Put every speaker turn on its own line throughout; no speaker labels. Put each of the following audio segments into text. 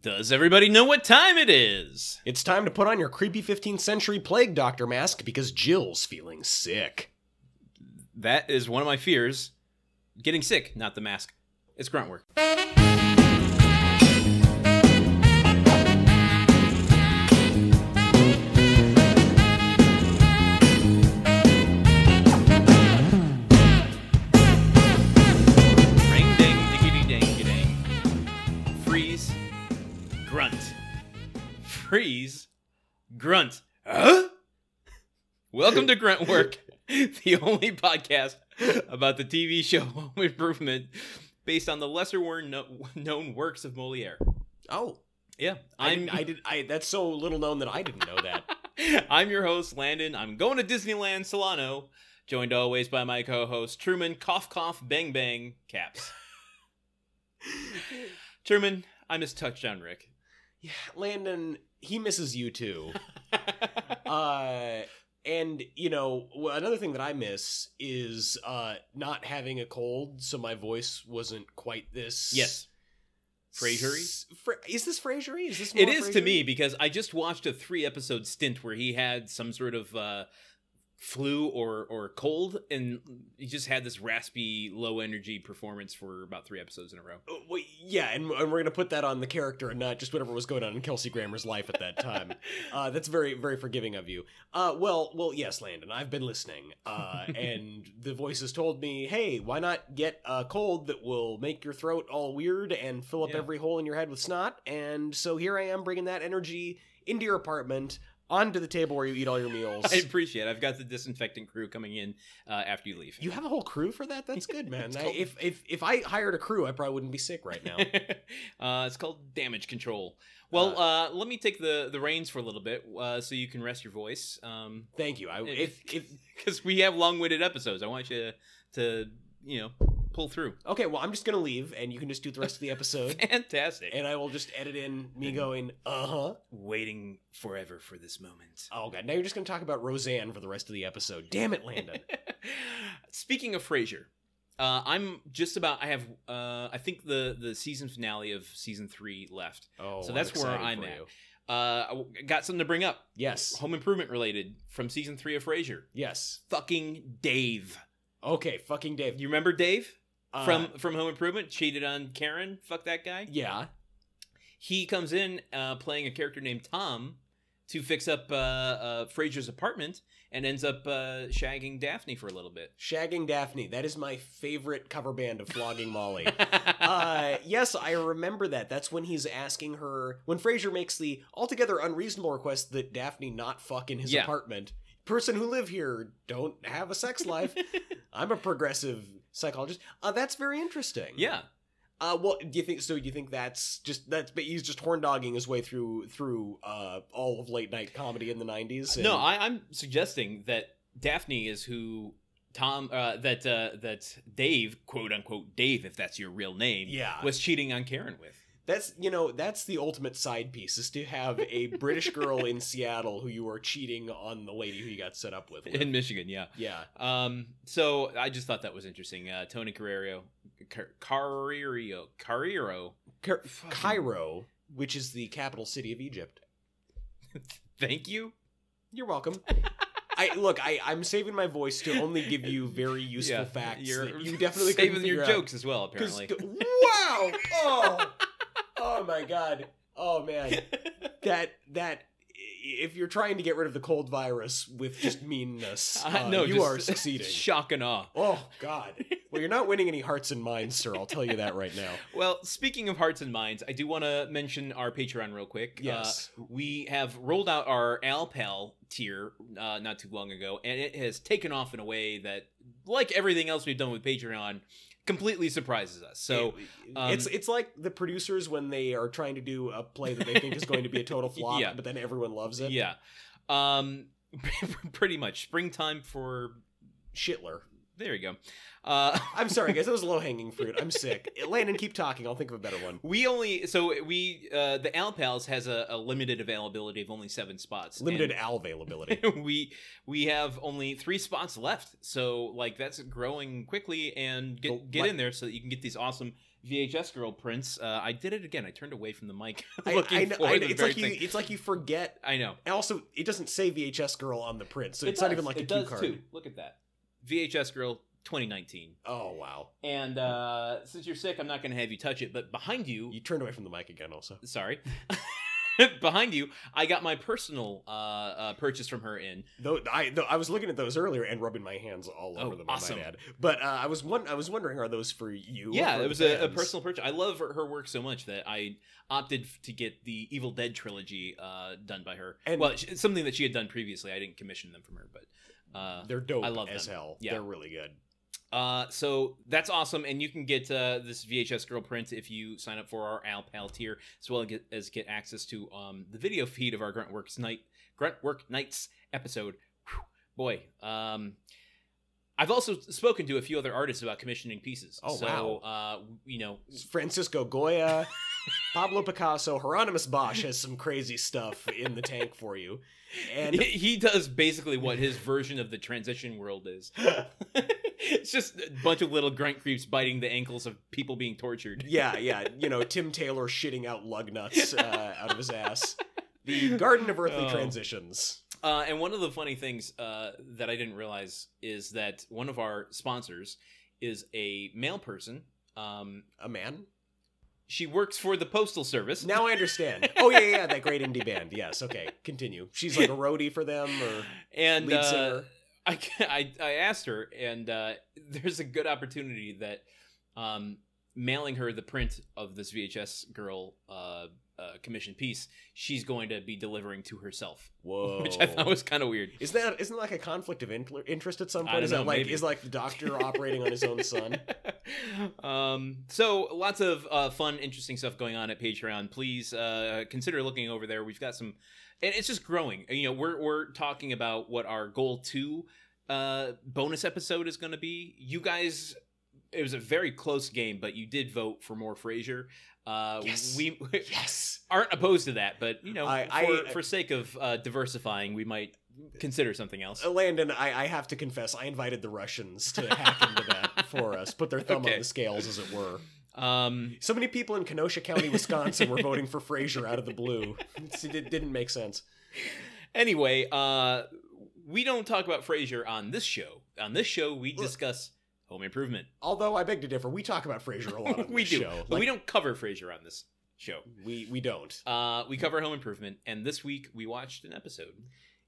Does everybody know what time it is?
It's time to put on your creepy 15th century plague doctor mask because Jill's feeling sick.
That is one of my fears. Getting sick, not the mask. It's grunt work. Ring ding diggity dang dang. Freeze. Grunt. Freeze. Grunt. Huh? Welcome to Grunt Work, the only podcast about the TV show Home Improvement based on the lesser worn kno- known works of Moliere.
Oh,
Yeah,
I
I'm
didn't, I did. I that's so little known that I didn't know that.
I'm your host, Landon. I'm going to Disneyland Solano, joined always by my co-host Truman. Cough, cough, bang, bang, caps. Truman, I miss touchdown, Rick.
yeah, Landon, he misses you too. Uh, and you know wh- another thing that I miss is uh not having a cold, so my voice wasn't quite this.
yes, Frasier-y?
s- Fra- is this Frasiery? Is this
it
more
is to
Frasier-y?
me because I just watched a three-episode stint where he had some sort of uh, flu or or cold, and he just had this raspy, low-energy performance for about three episodes in a row.
Uh, Well, yeah, and, and we're gonna put that on the character and not just whatever was going on in Kelsey Grammer's life at that time. uh, that's very, very forgiving of you. Uh, well, well, yes, Landon, I've been listening, uh, and the voices told me, hey, why not get a cold that will make your throat all weird and fill up
Yeah.
every hole in your head with snot? And so here I am, bringing that energy into your apartment, onto the table where you eat all your meals.
I appreciate. it. I've got the disinfectant crew coming in uh, after you leave.
you have a whole crew for that. That's good, man.
It's
I,
called-
if if if I hired a crew, I probably wouldn't be sick right now.
uh, it's called damage control. Well, uh, let me take the, the reins for a little bit uh, so you can rest your voice. Because
Thank you. I Oh, if if
we have long winded episodes. I want you to, you know, pull through.
Okay, well, I'm just gonna leave, and you can just do the rest of the episode,
Fantastic.
and I will just edit in me going, uh huh.
waiting forever for this moment.
Oh god, now you're just gonna talk about Roseanne for the rest of the episode. Damn it, Landon.
Speaking of Frasier, uh, I'm just about. I have. Uh, I think the the season finale of season three left.
Oh,
So that's where
excited
I'm
for
at.
you.
Uh, I w- got something to bring up.
Yes,
Home improvement related from season three of Frasier.
yes.
Fucking Dave.
Okay, fucking Dave.
You remember Dave
Uh,
from from Home Improvement? Cheated on Karen. Fuck that guy.
yeah,
He comes in uh, playing a character named Tom to fix up uh, uh, Fraser's apartment and ends up uh, shagging Daphne for a little bit.
shagging Daphne. That is my favorite cover band of flogging Molly. uh yes i remember that that's when he's asking her when frasier makes the altogether unreasonable request that daphne not fuck in his
Yeah.
apartment person who live here don't have a sex life i'm a progressive psychologist uh that's very interesting
yeah.
uh well do you think so do you think that's just that's but he's just horn dogging his way through through uh all of late night comedy in the 90s and-
No, I, I'm suggesting that Daphne is who Tom uh, that uh, that Dave quote unquote Dave, if that's your real name,
yeah
was cheating on Karen with.
that's you know that's the ultimate side piece is to have a british girl in seattle who you are cheating on the lady who you got set up with, with.
In Michigan, yeah.
yeah
Um, so I just thought that was interesting. Uh, Tony Carrero, Car- Carrero, Carrero.
Car-
Fucking-
Cairo, which is the capital city of Egypt.
Thank you.
You're welcome. I look, I, I'm saving my voice to only give you very useful
Yeah,
facts
you're
that you definitely couldn't
saving your
figure out.
jokes as well.
'Cause-
Apparently,
wow! Oh, oh my god! Oh man! That that if you're trying to get rid of the cold virus with just meanness,
I
uh,
know,
you
just
are succeeding.
shock and awe.
oh god! Well, you're not winning any hearts and minds, sir. I'll tell you that right now.
Well, speaking of hearts and minds, I do want to mention our Patreon real quick. Uh,
Yes.
we have rolled out our Alpal tier uh, not too long ago, and it has taken off in a way that, like everything else we've done with Patreon, completely surprises us. So
It-
um,
it's it's like the producers when they are trying to do a play that they think is going to be a total flop,
Yeah.
but then everyone loves it.
yeah, um, pretty much springtime for.
Shitler.
There you go. Uh,
I'm sorry, guys. That was low hanging fruit. I'm sick. Landon, keep talking. I'll think of a better one.
we only so we uh, the Alpals has a, a limited availability of only seven spots. and-
Limited al availability.
we we have only three spots left so like that's growing quickly and
Well,
get get
like-
in there so that you can get these awesome VHS girl prints. Uh, I did it again. I turned away from the mic,
I-
looking
I kn-
for
I-
the
it's
very
like you,
thing.
it's like you forget.
I know.
And also, it doesn't say VHS girl on the print, so
It
it's not
does.
even like
it
a
does
cue card.
too. Look at that. VHS girl 2019.
Oh wow!
And uh, since you're sick, I'm not going to have you touch it. But behind you,
You turned away from the mic again. Also,
sorry, behind you, I got my personal uh, uh, purchase from her in.
though I though I was looking at those earlier and rubbing my hands all
Oh,
over them.
awesome.
Awesome. Might add. But uh, I was one. I was wondering, are those for you? or
yeah,
for
it
the
was a, a
fans?
personal purchase. I love her, her work so much that I opted f- to get the Evil Dead trilogy uh, done by her.
And-
well, sh- something that she had done previously. I didn't commission them from her, but. Uh,
They're dope.
I love
as
them.
hell.
Yeah.
They're really good.
Uh, so that's awesome, and you can get uh, this VHS girl print if you sign up for our Al Pal tier, as well get- as get access to um, the video feed of our Grunt Works Night Grunt Work Nights episode. Whew, boy, um, I've also spoken to a few other artists about commissioning pieces.
Oh,
so,
wow.
Uh, you know,
Francisco Goya, Pablo Picasso, Hieronymus Bosch has some crazy stuff in the tank for you. And
he does basically what his version of the transition world is. it's just a bunch of little grunt creeps biting the ankles of people being tortured.
yeah, yeah, you know Tim Taylor shitting out lug nuts uh, out of his ass. The Garden of Earthly
Oh.
Transitions.
Uh, and one of the funny things uh, that I didn't realize is that one of our sponsors is a male person. Um,
A man.
she works for the postal service.
Now I understand. Oh yeah, yeah, yeah, that great indie band. Yes. Okay. Continue. She's like a roadie for them, or
and
lead
uh,
singer.
I, I I asked her, and uh, there's a good opportunity that um, mailing her the print of this VHS girl uh, uh, commission piece, she's going to be delivering to herself,
Whoa.
which I thought was kind of weird.
Isn't that isn't that like a conflict of intl- interest at
I
some point?
don't
is
know,
that like
maybe.
is like the doctor operating on his own son?
um, so lots of uh, fun, interesting stuff going on at Patreon. Please uh, consider looking over there. We've got some, and it's just growing. You know, we're we're talking about what our goal two uh, bonus episode is going to be. You guys. It was a very close game, but you did vote for more Frasier. Uh,
Yes.
We
Yes.
aren't opposed to that, but you know,
I-
for,
I-
for sake of uh, diversifying, we might consider something else.
Uh, Landon, I, I have to confess, I invited the Russians to hack into that for us, put their thumb
Okay.
on the scales, as it were.
Um,
So many people in Kenosha County, Wisconsin, were voting for Frazier out of the blue. It's- It didn't make sense.
anyway, uh, we don't talk about Frasier on this show. On this show, we
Look.
discuss Home Improvement.
Although I beg to differ, we talk about Frazier a lot on
we
this
do,
show.
but we
Like,
don't cover Frasier on this show.
we we don't.
Uh, we cover Home Improvement, and this week we watched an episode.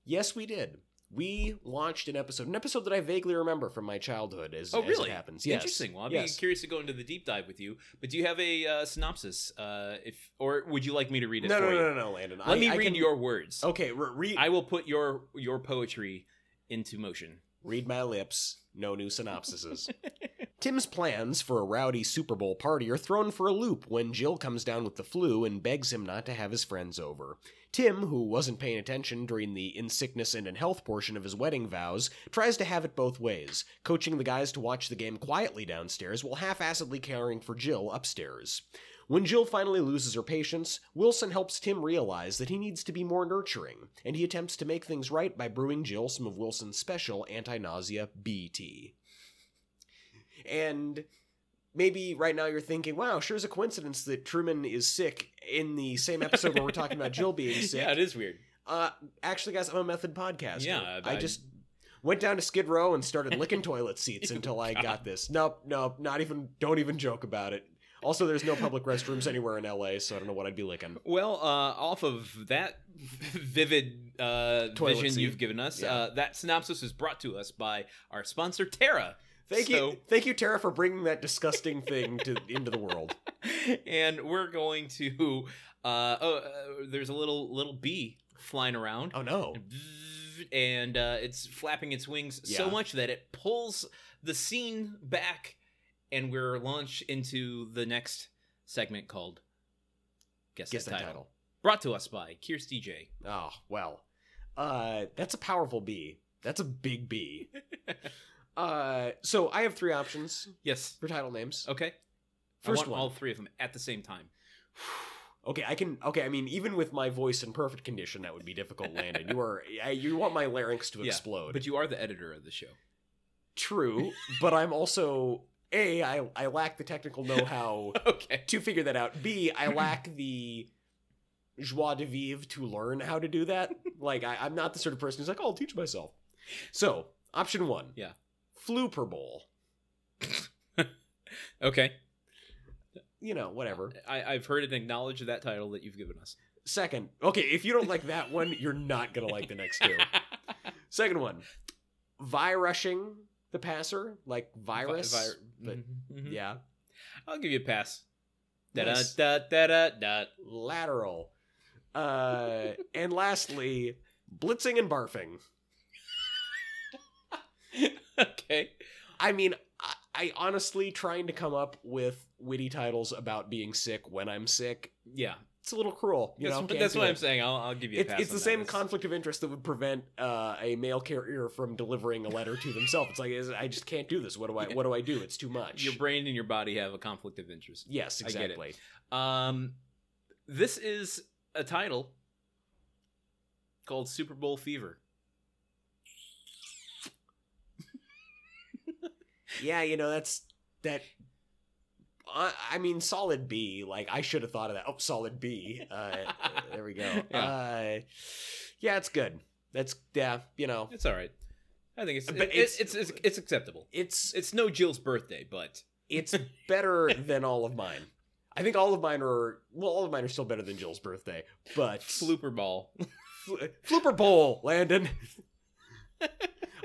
Yes, we did. We watched an episode, an episode that I vaguely remember from my childhood. As
Oh,
as
really?
it happens. Yes.
Interesting. Well, I'd
Yes.
be curious to go into the deep dive with you. But do you have a uh, synopsis, uh, if or would you like me to read it
No,
for
no,
you?
no, no, no, Landon.
Let
I,
me
I
read
can-
your words.
Okay, re- read.
I will put your your poetry into motion.
Read my lips, no new synopsises. Tim's plans for a rowdy Super Bowl party are thrown for a loop when Jill comes down with the flu and begs him not to have his friends over. Tim, who wasn't paying attention during the in sickness and in health portion of his wedding vows, tries to have it both ways, coaching the guys to watch the game quietly downstairs while half assedly caring for Jill upstairs. When Jill finally loses her patience, Wilson helps Tim realize that he needs to be more nurturing, and he attempts to make things right by brewing Jill some of Wilson's special anti nausea B tea. And maybe right now you're thinking, wow, sure is a coincidence that Truman is sick in the same episode where we're talking about Jill being sick.
yeah, it is weird.
Uh, actually, guys, I'm a method podcaster.
Yeah, I-
I,
I-
just went down to Skid Row and started licking toilet seats
Ew,
until I
Oh, God.
got this. Nope, nope, not even. Don't even joke about it. Also, there's no public restrooms anywhere in LA, so I don't know what I'd be licking.
Well, uh, off of that vivid uh,
Toilet
vision
seat.
you've given us,
Yeah.
uh, that synopsis is brought to us by our sponsor, Terra.
Thank
So-
you, thank you, Tara, for bringing that disgusting thing to into the world.
and we're going to. Uh, oh, uh, there's a little little bee flying around,
Oh no!
and uh, it's flapping its wings so
Yeah.
much that it pulls the scene back, and we're launched into the next segment called Guess,
Guess
the
that
title.
title.
Brought to us by Kirsty J.
Oh well, uh, that's a powerful bee. That's a big bee. uh, so I have three options
Yes.
for title names.
Okay.
First
Oh, I want
one.
all three of them at the same time.
Okay, I can. Okay, I mean, even with my voice in perfect condition, that would be difficult, Landon. You are. I, you want my larynx to
Yeah,
explode.
But you are the editor of the show.
True, but I'm also A, I, I lack the technical know how
Okay.
to figure that out. B, I lack the joie de vivre to learn how to do that. Like, I, I'm not the sort of person who's like, oh, I'll teach myself. So, option one.
Yeah.
Flooper Bowl.
Okay.
You know, whatever.
I, I've heard and acknowledged that title that you've given us.
Second, okay, if you don't like that one, you're not going to like the next two. Second one, vi rushing the passer, like virus. but-
yeah.
Yeah.
mm-hmm, I'll give you a pass. Da da
Nice.
da da da da.
Lateral. Uh, and lastly, blitzing and barfing.
Okay.
I mean, I, I honestly trying to come up with witty titles about being sick when I'm sick.
Yeah.
It's a little cruel. You
That's,
know,
but
Can't
that's
do
what
it.
I'm saying. I'll, I'll give you a
It's,
pass.
it's
on
the
that.
same
It's-
conflict of interest that would prevent uh, a mail carrier from delivering a letter to themselves. It's like is- I just can't do this. What do I? What do I do? It's too much.
Your brain and your body have a conflict of interest.
yes,
I get it.
exactly.
Um, this is a title called Super Bowl Fever.
Yeah, you know that's that. I, I mean, solid B. Like I should have thought of that. Oh, solid B. Uh, there we go.
Yeah.
Uh, yeah, it's good. That's yeah. You know,
It's all right. I think it's
But
it-
it's-
it's, it's it's it's acceptable.
it's
It's no Jill's birthday, but
it's better than all of mine. I think all of mine are well, all of mine are still better than Jill's birthday, but
Flooper Ball.
Fl- uh, Flooper Bowl, Landon.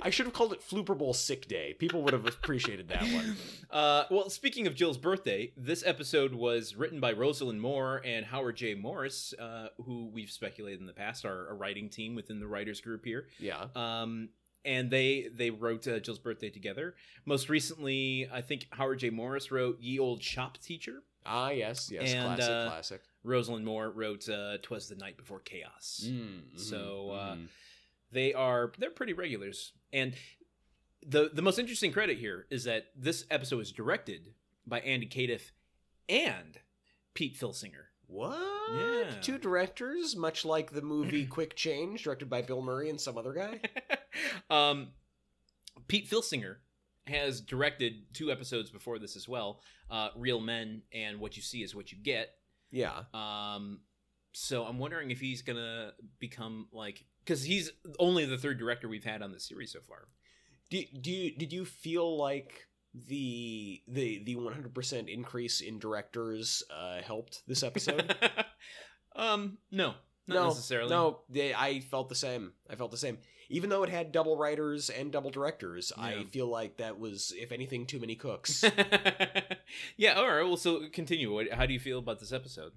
I should have called it Flooper Bowl Sick Day. People would have appreciated that one.
Uh, well, speaking of Jill's birthday, this episode was written by Rosalind Moore and Howard J. Morris, uh, who we've speculated in the past are a writing team within the writers group here.
Yeah,
Um, and they they wrote uh, Jill's birthday together. Most recently, I think Howard J. Morris wrote "Ye Old Shop Teacher."
ah, yes, yes,
And,
classic,
uh,
classic.
Rosalind Moore wrote uh, "Twas the Night Before Chaos."
Mm,
So, uh,
mm.
They are they're pretty regulars, and the the most interesting credit here is that this episode was directed by Andy Cadiff and Pete Filsinger.
what?
Yeah.
Two directors, much like the movie Quick Change, directed by Bill Murray and some other guy.
um, Pete Filsinger has directed two episodes before this as well, uh, "Real Men" and "What You See Is What You Get."
Yeah,
Um, so I'm wondering if he's gonna become like because he's only the third director we've had on the series so far.
do do you did you feel like the the the 100% increase in directors uh helped this episode
um, no, not
no
necessarily.
no they, i felt the same i felt the same even though it had double writers and double directors i
Yeah.
feel like that was if anything too many cooks
yeah. All right. Well, so continue. What, how do you feel about this episode?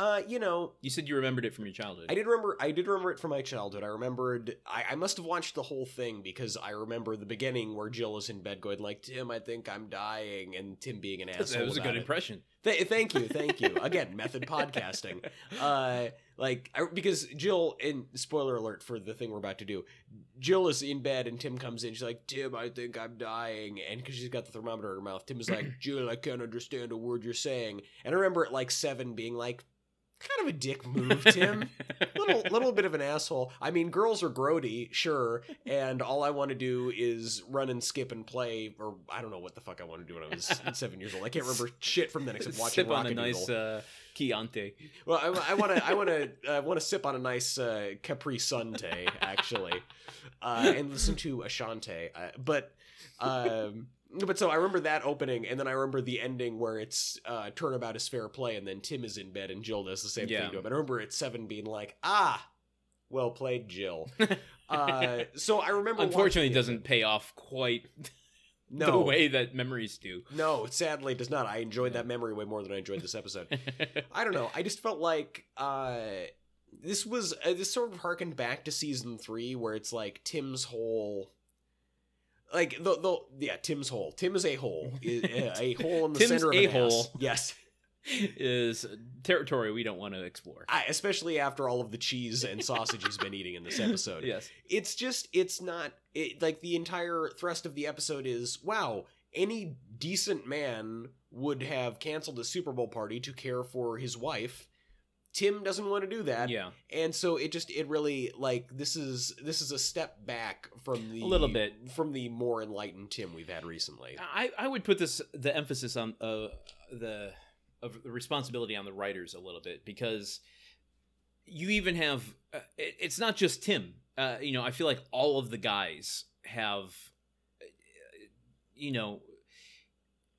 uh you know
You said you remembered it from your childhood.
I did remember. I did remember it from my childhood. I remembered. I, I must have watched the whole thing because I remember the beginning where Jill is in bed going like, "Tim, I think I'm dying," and Tim being an asshole.
That was a
about
good
it.
impression.
Th- thank you, thank you. Again, method podcasting. Uh, like I, because Jill and spoiler alert for the thing we're about to do. Jill is in bed and Tim comes in. She's like, "Tim, I think I'm dying," and because she's got the thermometer in her mouth, Tim is like, "Jill, I can't understand a word you're saying." And I remember at like seven being like, "Kind of a dick move, Tim." little little bit of an asshole. I mean, girls are grody, sure, and all I want to do is run and skip and play, or I don't know what the fuck I want to do when I was seven years old. I can't remember shit from then except watching
Sip on a
Rocket
nice uh, Chianti.
Well, I want to I want to I want to sip on a nice uh, Capri Sunday actually, uh, and listen to Ashante. Uh, but. Um, but so I remember that opening, and then I remember the ending where it's uh, turnabout is fair play, and then Tim is in bed and Jill does the same
Yeah.
thing to him. And I remember at seven being like, ah, well played, Jill. uh, so I remember.
Unfortunately,
watching
it
it.
doesn't pay off quite
No,
the way that memories do.
no, sadly, it does not. I enjoyed that memory way more than I enjoyed this episode. I don't know. I just felt like uh, this was uh, this sort of harkened back to season three, where it's like Tim's hole. Like the the yeah Tim's hole. Tim is a hole. I- uh, A hole in the
Tim's
center of a hole.
a-hole.
Yes,
is territory we don't want to explore.
I, especially after all of the cheese and sausage he's been eating in this episode.
Yes.
It's just it's not it, like the entire thrust of the episode is wow. Any decent man would have canceled a Super Bowl party to care for his wife, Tim doesn't want to do that,
yeah,
and so it just it really like this is this is a step back from the
A little bit. Uh,
from the more enlightened Tim we've had recently.
I, I would put this the emphasis on uh, the of the responsibility on the writers a little bit because you even have uh, it, it's not just Tim. Uh, you know, I feel like all of the guys have, uh, you know,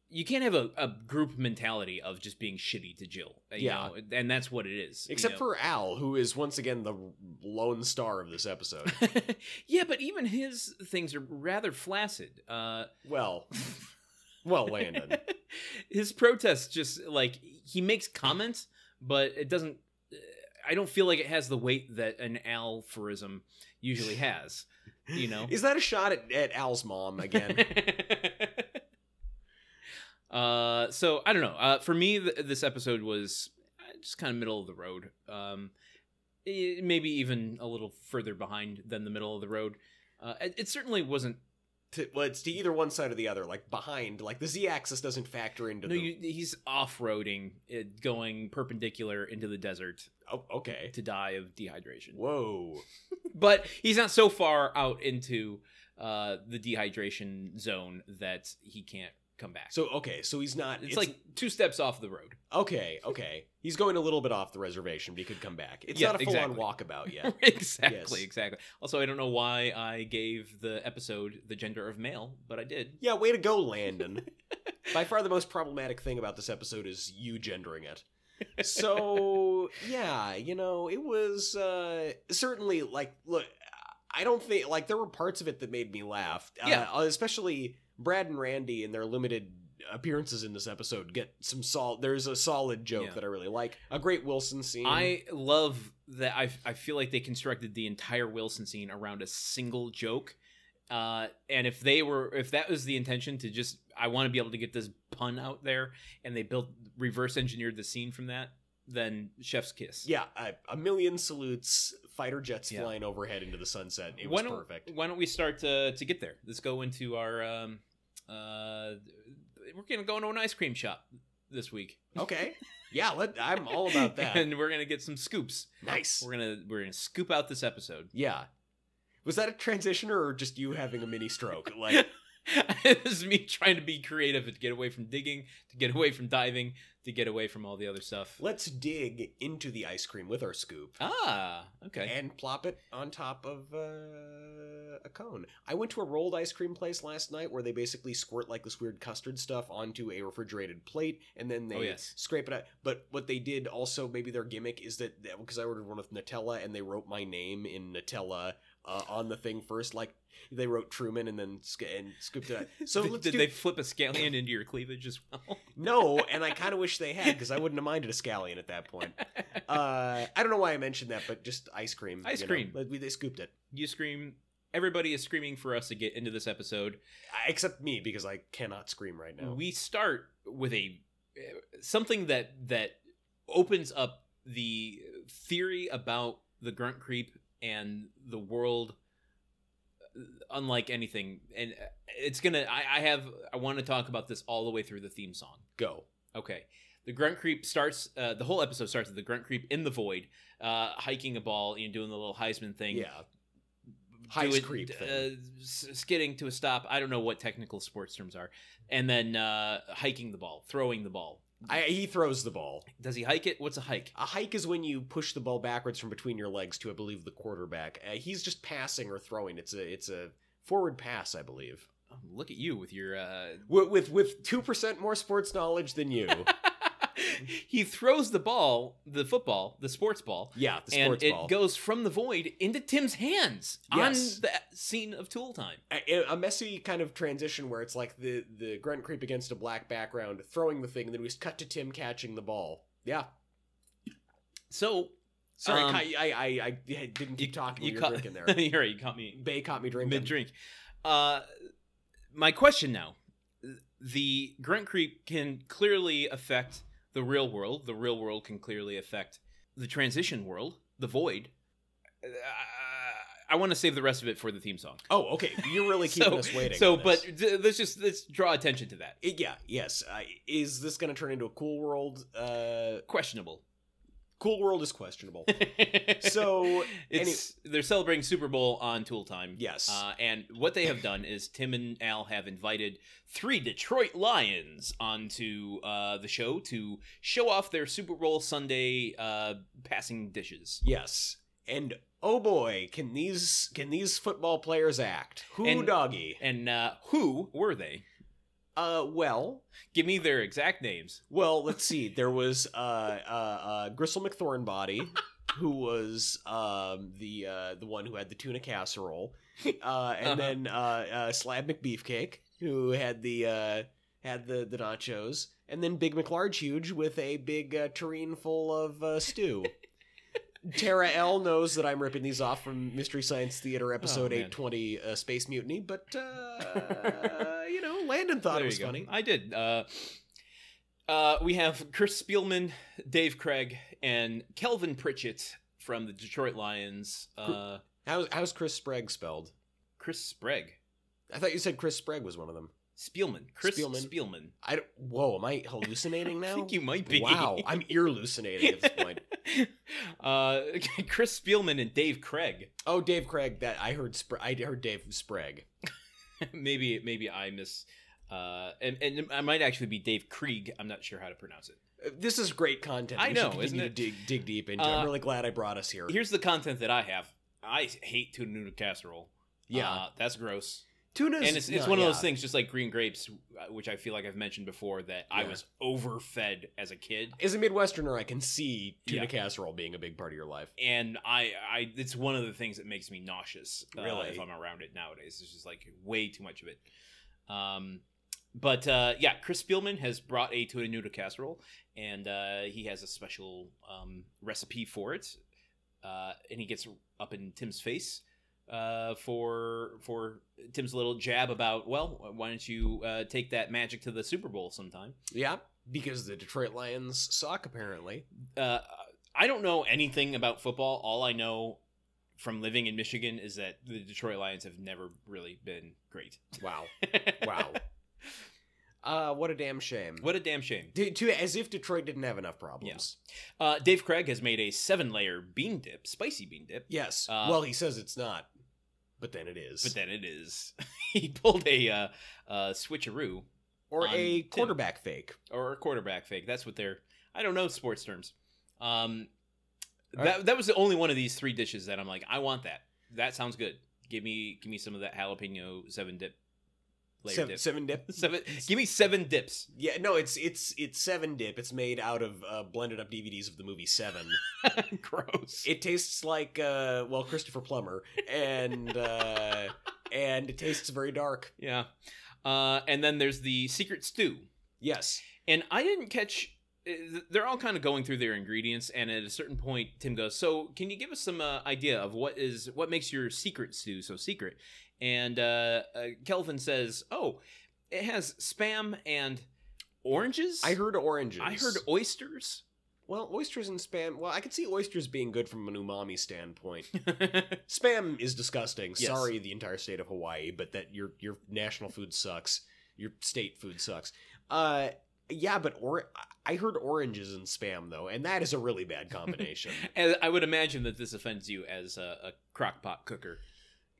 you can't have a, a group mentality of just being shitty to Jill. uh, you
Yeah.
know, and that's what it is. you
Except
know.
for Al, who is once again the lone star of this episode.
yeah, but even his things are rather flaccid. Uh,
well, well, Landon.
his protest just like he makes comments, but it doesn't. uh, I don't feel like it has the weight that an aphorism usually has. You know.
Is that a shot at, at Al's mom again?
uh, so I don't know. Uh, for me, th- this episode was uh, just kind of middle of the road. Um, i- maybe even a little further behind than the middle of the road. Uh, it, it certainly wasn't.
to, well, it's to either one side or the other, like behind, like the Z axis doesn't factor into
No,
the.
you, he's off-roading, it, going perpendicular into the desert
oh, okay.
to die of dehydration.
Whoa.
but he's not so far out into uh, the dehydration zone that he can't come back.
So okay, so he's not.
it's, like two steps off the road.
okay, okay. He's going a little bit off the reservation, but he could come back. It's
Yeah,
not a full on
exactly.
walkabout yet.
exactly,
Yes.
exactly. Also, I don't know why I gave the episode the gender of male, but I did.
yeah, way to go, Landon. By far the most problematic thing about this episode is you gendering it. So yeah, you know, it was uh certainly like look I don't think like there were parts of it that made me laugh.
Yeah.
Uh, especially Brad and Randy and their limited appearances in this episode get some solid there's a solid joke
Yeah.
that I really like. A great Wilson scene.
I
Mm.
love that. I I feel like they constructed the entire Wilson scene around a single joke. Uh, and if they were, if that was the intention to just, I want to be able to get this pun out there, and they built reverse engineered the scene from that, then Chef's Kiss.
yeah, a, a million salutes, fighter jets
Yeah.
flying overhead into the sunset. It
why
was
don't,
perfect.
Why don't we start to to get there? Let's go into our. Um, uh, we're gonna go into an ice cream shop this week.
Okay. Yeah, let, I'm all about that.
and we're gonna get some scoops.
nice.
We're gonna we're gonna scoop out this episode.
Yeah. Was that a transitioner or just you having a mini stroke? Like,
it was me trying to be creative to get away from digging, to get away from diving, to get away from all the other stuff.
let's dig into the ice cream with our scoop
Ah, okay.
and plop it on top of uh, a cone. I went to a rolled ice cream place last night where they basically squirt like this weird custard stuff onto a refrigerated plate and then they
Oh, yes.
scrape it out. But what they did also, maybe their gimmick is that because I ordered one with Nutella and they wrote my name in Nutella. Uh, on the thing first, like they wrote Truman and then sc- and scooped it out. So
did,
let's
did
do-
they flip a scallion into your cleavage as well?
No, and I kind of wish they had because I wouldn't have minded a scallion at that point. Uh, I don't know why I mentioned that, but just ice cream.
Ice
you know.
cream.
Like, we- they scooped it,
you scream. Everybody is screaming for us to get into this episode.
I- except me because I cannot scream right now.
we start with a eh, something that that opens up the theory about the grunt creep and the world uh, unlike anything and uh, it's gonna i, I have i want to talk about this all the way through the theme song
Go.
okay the grunt creep starts uh, the whole episode starts with the grunt creep in the void uh, hiking a ball you know doing the little heisman thing
Yeah. Heist
doing-
creep
uh,
thing.
s- skidding to a stop. I don't know what technical sports terms are, and then uh, hiking the ball, throwing the ball.
I, he throws the ball.
Does he hike it? What's a hike?
A hike is when you push the ball backwards from between your legs to, I believe, the quarterback. Uh, he's just passing or throwing. It's a it's a forward pass, I believe.
Oh, look at you with your. Uh...
With with- with two percent more sports knowledge than you.
he throws the ball, the football, the sports ball,
yeah, the
and
sports
it
ball.
goes from the void into Tim's hands on
Yes.
the scene of Tool Time.
a, a messy kind of transition where it's like the the grunt creep against a black background, throwing the thing, and then we just cut to Tim catching the ball. Yeah.
So
Sorry,
Um,
Kai, I, I I didn't keep talking. You, you
caught-
were drinking there.
You're right, you caught me
Bay caught me drinking.
mid drink. Uh, my question now: the grunt creep can clearly affect the real world. The real world can clearly affect the transition world, the void. Uh, I want to save the rest of it for the theme song.
oh, okay. You're really keeping
so,
us waiting.
so
on
but
this.
d- let's just let's draw attention to that.
It- yeah, yes. Uh, is this going to turn into a cool world? Uh,
Questionable.
Cool World is questionable. So,
it's they're celebrating Super Bowl on Tool Time.
Yes.
Uh, and what they have done is Tim and Al have invited three Detroit Lions onto uh, the show to show off their Super Bowl Sunday uh, passing dishes.
yes, and oh boy, can these can these football players act? Who
And-
doggy?
And uh, who were they?
Uh, well,
Give me their exact names.
well, let's see. There was uh, uh, uh Gristle McThornbody, who was um the uh the one who had the tuna casserole, uh, and
Uh-huh.
then uh, uh Slab McBeefcake, who had the uh had the the nachos, and then Big McLarge Huge with a big uh, tureen full of uh, stew. Tara L knows that I'm ripping these off from Mystery Science Theater episode
Oh, man.
820 uh, Space Mutiny, but uh, you know, Landon thought
There
it
you
was
go.
funny.
I did. Uh, uh, we have Chris Spielman, Dave Craig, and Kelvin Pritchett from the Detroit Lions. Uh,
How's how's Chris Sprague spelled?
Chris Sprague.
I thought you said Chris Sprague was one of them.
Spielman. Chris
Spielman.
Spielman.
I don't- whoa, am I hallucinating
I
now?
think you might be.
Wow, I'm ear hallucinating at this point.
uh, Chris Spielman and Dave Craig.
Oh, Dave Craig, that I heard. Spr- I heard Dave Sprague.
maybe maybe I miss. Uh, and, and I might actually be Dave Krieg. I'm not sure how to pronounce it.
Uh, This is great content.
I
We
know,
should continue
isn't
to
it?
dig, dig deep into.
Uh,
I'm really glad I brought us here.
Here's the content that I have. I hate tuna noodle casserole.
yeah,
Uh, that's gross.
tuna.
and it's, it's one of those things just like green grapes uh, which i feel like i've mentioned before that i
Yeah.
was overfed as a kid
As a Midwesterner, I can see tuna
Yeah.
casserole being a big part of your life.
and i i it's one of the things that makes me nauseous uh,
Really?
if i'm around it nowadays it's just like way too much of it um but uh, yeah, Chris Spielman has brought a tuna noodle casserole, and uh, he has a special um, recipe for it. Uh, and he gets up in Tim's face uh, for for Tim's little jab about, well, why don't you uh, take that magic to the Super Bowl sometime?
Yeah, because the Detroit Lions suck apparently.
uh, I don't know anything about football. All I know from living in Michigan is that the Detroit Lions have never really been great.
Wow, wow. Uh, what a damn shame.
what a damn shame.
To, to- as if Detroit didn't have enough problems.
Uh, Dave Craig has made a seven layer bean dip, spicy bean dip,
Yes.
Uh,
well, he says it's not, but then it is.
but then it is. he pulled a uh, uh, switcheroo
or
on
a
Tim.
quarterback fake.
or a quarterback fake. That's what they're. I don't know sports terms. Um,
All
that that was the only one of these three dishes that I'm like, I want that. That sounds good. Give me give me some of that jalapeno seven dip. Layer
Seven
dip.
dip. seven dip.
Seven. Give me seven dips.
Yeah, no, it's it's it's seven dip. It's made out of uh, blended up DVDs of the movie Seven.
Gross.
it tastes like uh, well Christopher Plummer, and uh, and it tastes very dark.
yeah. Uh, and then there's the secret stew,
Yes,
and I didn't catch. eh, They're all kind of going through their ingredients, and at a certain point, Tim goes, "So, can you give us some uh, idea of what is what makes your secret stew so secret?" And uh, uh, Kelvin says, "Oh, it has spam and oranges.
I heard oranges.
I heard oysters.
well oysters and spam. Well, I could see oysters being good from an umami standpoint. Spam is disgusting.
Yes.
Sorry, the entire state of Hawaii, but that your your national food sucks. Your state food sucks. Uh, yeah, but or I heard oranges and spam though, and that is a really bad combination.
And I would imagine that this offends you as a, a crockpot cooker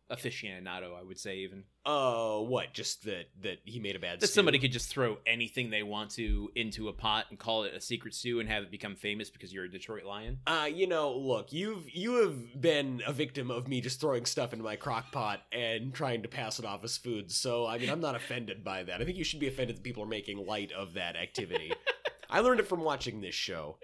aficionado. I would say even."
uh, what? Just that that he made a bad.
that
stew?
somebody could just throw anything they want to into a pot and call it a secret stew and have it become famous because you're a Detroit Lion.
Uh, you know, look, you've you have been a victim of me just throwing stuff into my crock pot and trying to pass it off as food. So I mean, I'm not offended by that. I think you should be offended that people are making light of that activity. I learned it from watching this show.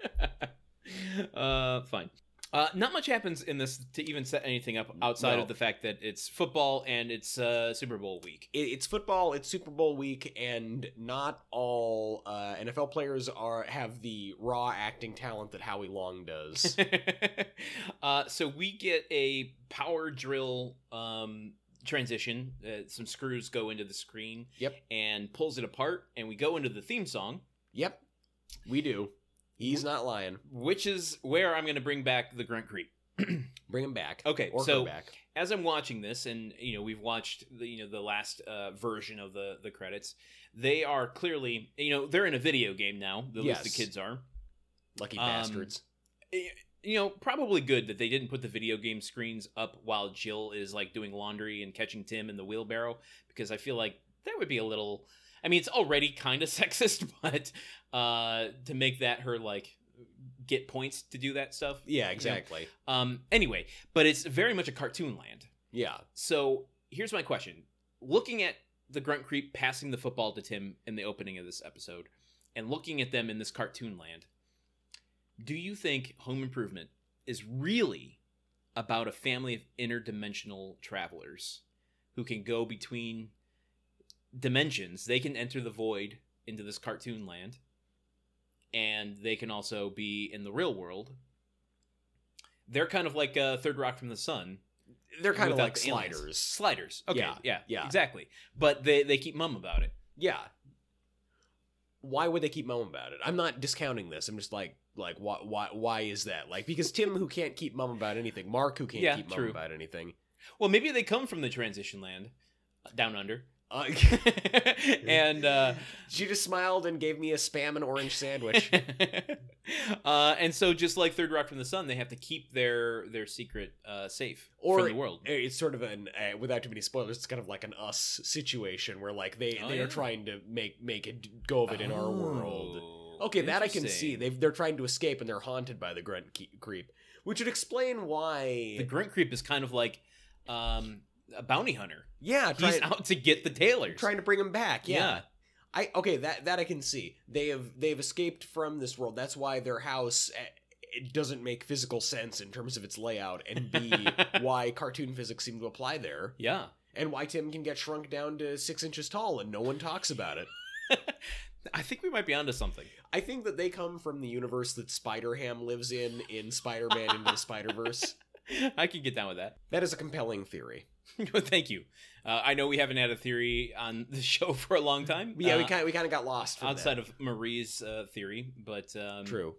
uh, fine. Uh, not much happens in this to even set anything up outside
No.
of the fact that it's football and it's uh, Super Bowl week.
it, it's football, it's Super Bowl week, and not all uh, NFL players are have the raw acting talent that Howie Long does.
uh, so we get a power drill um, transition. Uh, some screws go into the screen.
Yep.
And pulls it apart, and we go into the theme song.
yep, we do. He's not lying.
Which is where I'm going to bring back the Grunt Creep.
Bring him back.
Okay,
or
so
her back.
as I'm watching this, and you know, we've watched the you know the last uh, version of the the credits. They are clearly, you know, they're in a video game now. At least the
Yes.
kids are,
Lucky
um,
bastards.
y- you know, probably good that they didn't put the video game screens up while Jill is like doing laundry and catching Tim in the wheelbarrow because I feel like that would be a little. I mean, it's already kind of sexist, but uh, to make that her like get points to do that stuff.
Yeah, exactly.
Um, anyway, but it's very much a cartoon land.
Yeah.
Uh, So here's my question: Looking at the grunt creep passing the football to Tim in the opening of this episode, and looking at them in this cartoon land, do you think Home Improvement is really about a family of interdimensional travelers who can go between dimensions? They can enter the void into this cartoon land, and they can also be in the real world. They're kind of like a Third Rock from the Sun,
They're kind of
Without
like
the aliens.
sliders.
Sliders. Okay.
Yeah,
Yeah.
yeah.
Exactly. But they they keep mum about it.
Yeah. Why would they keep mum about it? I'm not discounting this. I'm just like, like why, why, why is that? Like because Tim, who can't keep mum about anything, Mark, who can't
Yeah,
keep mum
true.
about anything.
Well, maybe they come from the transition land, uh, down under,
Uh,
and uh,
she just smiled and gave me a spam and orange sandwich.
uh, and so just like Third Rock from the Sun, they have to keep their their secret uh, safe
Or-
from the world.
it's sort of an uh, without too many spoilers. It's kind of like an us situation where like they
Oh,
they
yeah.
are trying to make make it go of it in our world.
Oh,
Okay, that I can see.
interesting.
They've, they're trying to escape and they're haunted by the grunt ke- creep, which would explain why.
The grunt creep is kind of like um, a bounty hunter.
yeah,
He's
trying,
out to get the tailors.
trying to bring him back. Yeah.
Yeah.
I okay that that I can see. They have they've escaped from this world. That's why their house. eh, It doesn't make physical sense in terms of its layout, and B, why cartoon physics seem to apply there,
yeah.
and why Tim can get shrunk down to six inches tall and no one talks about it.
I think we might be onto something.
I think that they come from the universe that Spider Ham lives in in Spider Man into the Spider Verse.
I could get down with that.
That is a compelling theory.
Well, Thank you. Uh, I know we haven't had a theory on the show for a long time.
Yeah, we
uh,
kind of, we kind of got lost from
outside of Marie's uh, theory, but um,
that. true.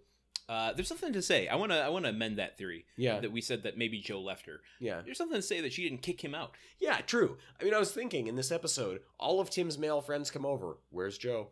Uh, there's something to say. I want to I want to amend that theory
Yeah,
that we said that maybe Joe left her.
yeah,
There's something to say that she didn't kick him out.
yeah. True. I mean, I was thinking in this episode, all of Tim's male friends come over. Where's Joe?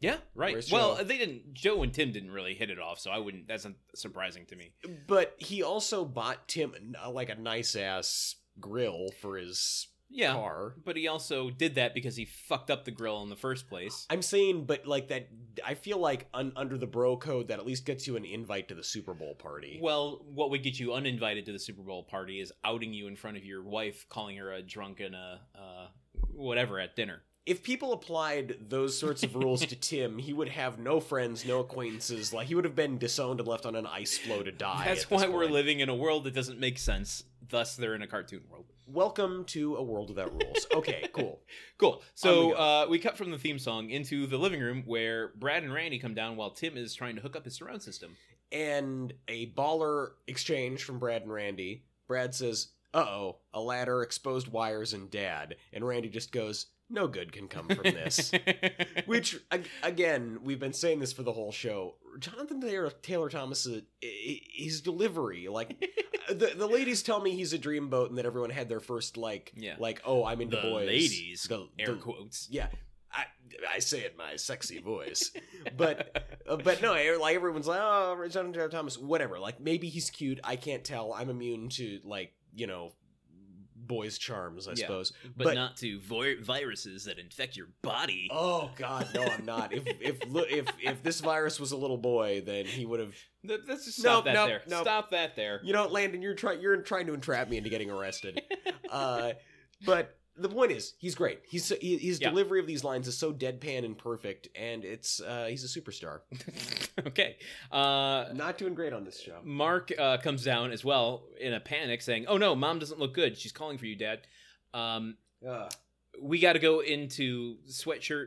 Yeah, right.
Where's
well,
Joe?
they didn't. Joe and Tim didn't really hit it off, so I wouldn't. That's not surprising to me.
But he also bought Tim n- uh, like a nice ass grill for his
Yeah,
car.
but he also did that because he fucked up the grill in the first place.
I'm saying, but like that, I feel like un- under the bro code, that at least gets you an invite to the Super Bowl party.
Well, what would get you uninvited to the Super Bowl party is outing you in front of your wife, calling her a drunk and a uh, whatever at dinner.
if people applied those sorts of rules to Tim, he would have no friends, no acquaintances. Like he would have been disowned and left on an ice floe to die.
That's
at this
why we're
point.
living in a world that doesn't make sense. Thus, they're in a cartoon world.
Welcome to a world without rules. Okay, cool.
Cool. So
we go.
uh, we cut from the theme song into the living room where Brad and Randy come down while Tim is trying to hook up his surround system.
And a baller exchange from Brad and Randy. Brad says, "Uh oh, a ladder, exposed wires, and dad." And Randy just goes, "No good can come from this." Which ag- again, we've been saying this for the whole show. Jonathan Taylor, Taylor Thomas, uh, i- i- his delivery, like the the ladies tell me he's a dreamboat and that everyone had their first like
Yeah.
like oh I'm into
The
boys
ladies,
the,
air
the-
quotes.
yeah I I say it in my sexy voice but uh, but no eh, like everyone's like oh Jonathan Taylor Thomas whatever like maybe he's cute I can't tell I'm immune to like you know boys charms I
Yeah.
suppose
but,
but-
not to vi- viruses that infect your body.
oh God no I'm not if if lo- if if this virus was a little boy then he would have
Th- Let's just
Nope,
stop that
nope,
there.
nope.
Stop that there.
You know, Landon, you're trying you're trying to entrap me into getting arrested. uh, but the point is, he's great. He's so, he, his
Yeah.
delivery of these lines is so deadpan and perfect, and it's uh, he's a superstar.
okay. Uh,
Not doing great on this show.
Mark uh, comes down as well in a panic, saying, "Oh no, mom doesn't look good. She's calling for you, dad." Um,
Ugh.
we got to go into sweatshirt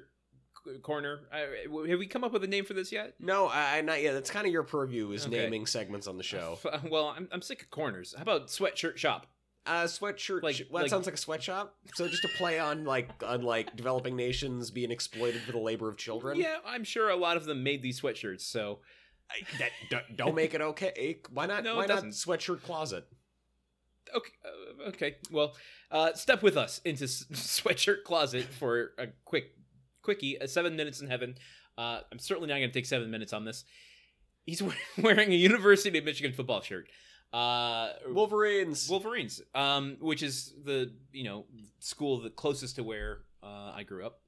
c- corner. I, w- have we come up with a name for this yet?
no, I, I not yet. That's kind of your purview is
Okay.
naming segments on the show.
F- well, I'm, I'm sick of corners. How about sweatshirt shop?
Uh, sweatshirt.
Like-
well, that
like-
sounds like a sweatshop. So just a play on like on like developing nations being exploited for the labor of children.
Yeah, I'm sure a lot of them made these sweatshirts. So
I, that don't- don't make it okay. Why not?
No,
why
it
not
doesn't.
sweatshirt closet?
okay, uh, okay. Well, uh, step with us into s- sweatshirt closet for a quick quickie. Uh, seven minutes in heaven. Uh, I'm certainly not going to take seven minutes on this. He's we- wearing a University of Michigan football shirt. Uh,
Wolverines.
Wolverines, um, which is the you know school the closest to where uh, I grew up.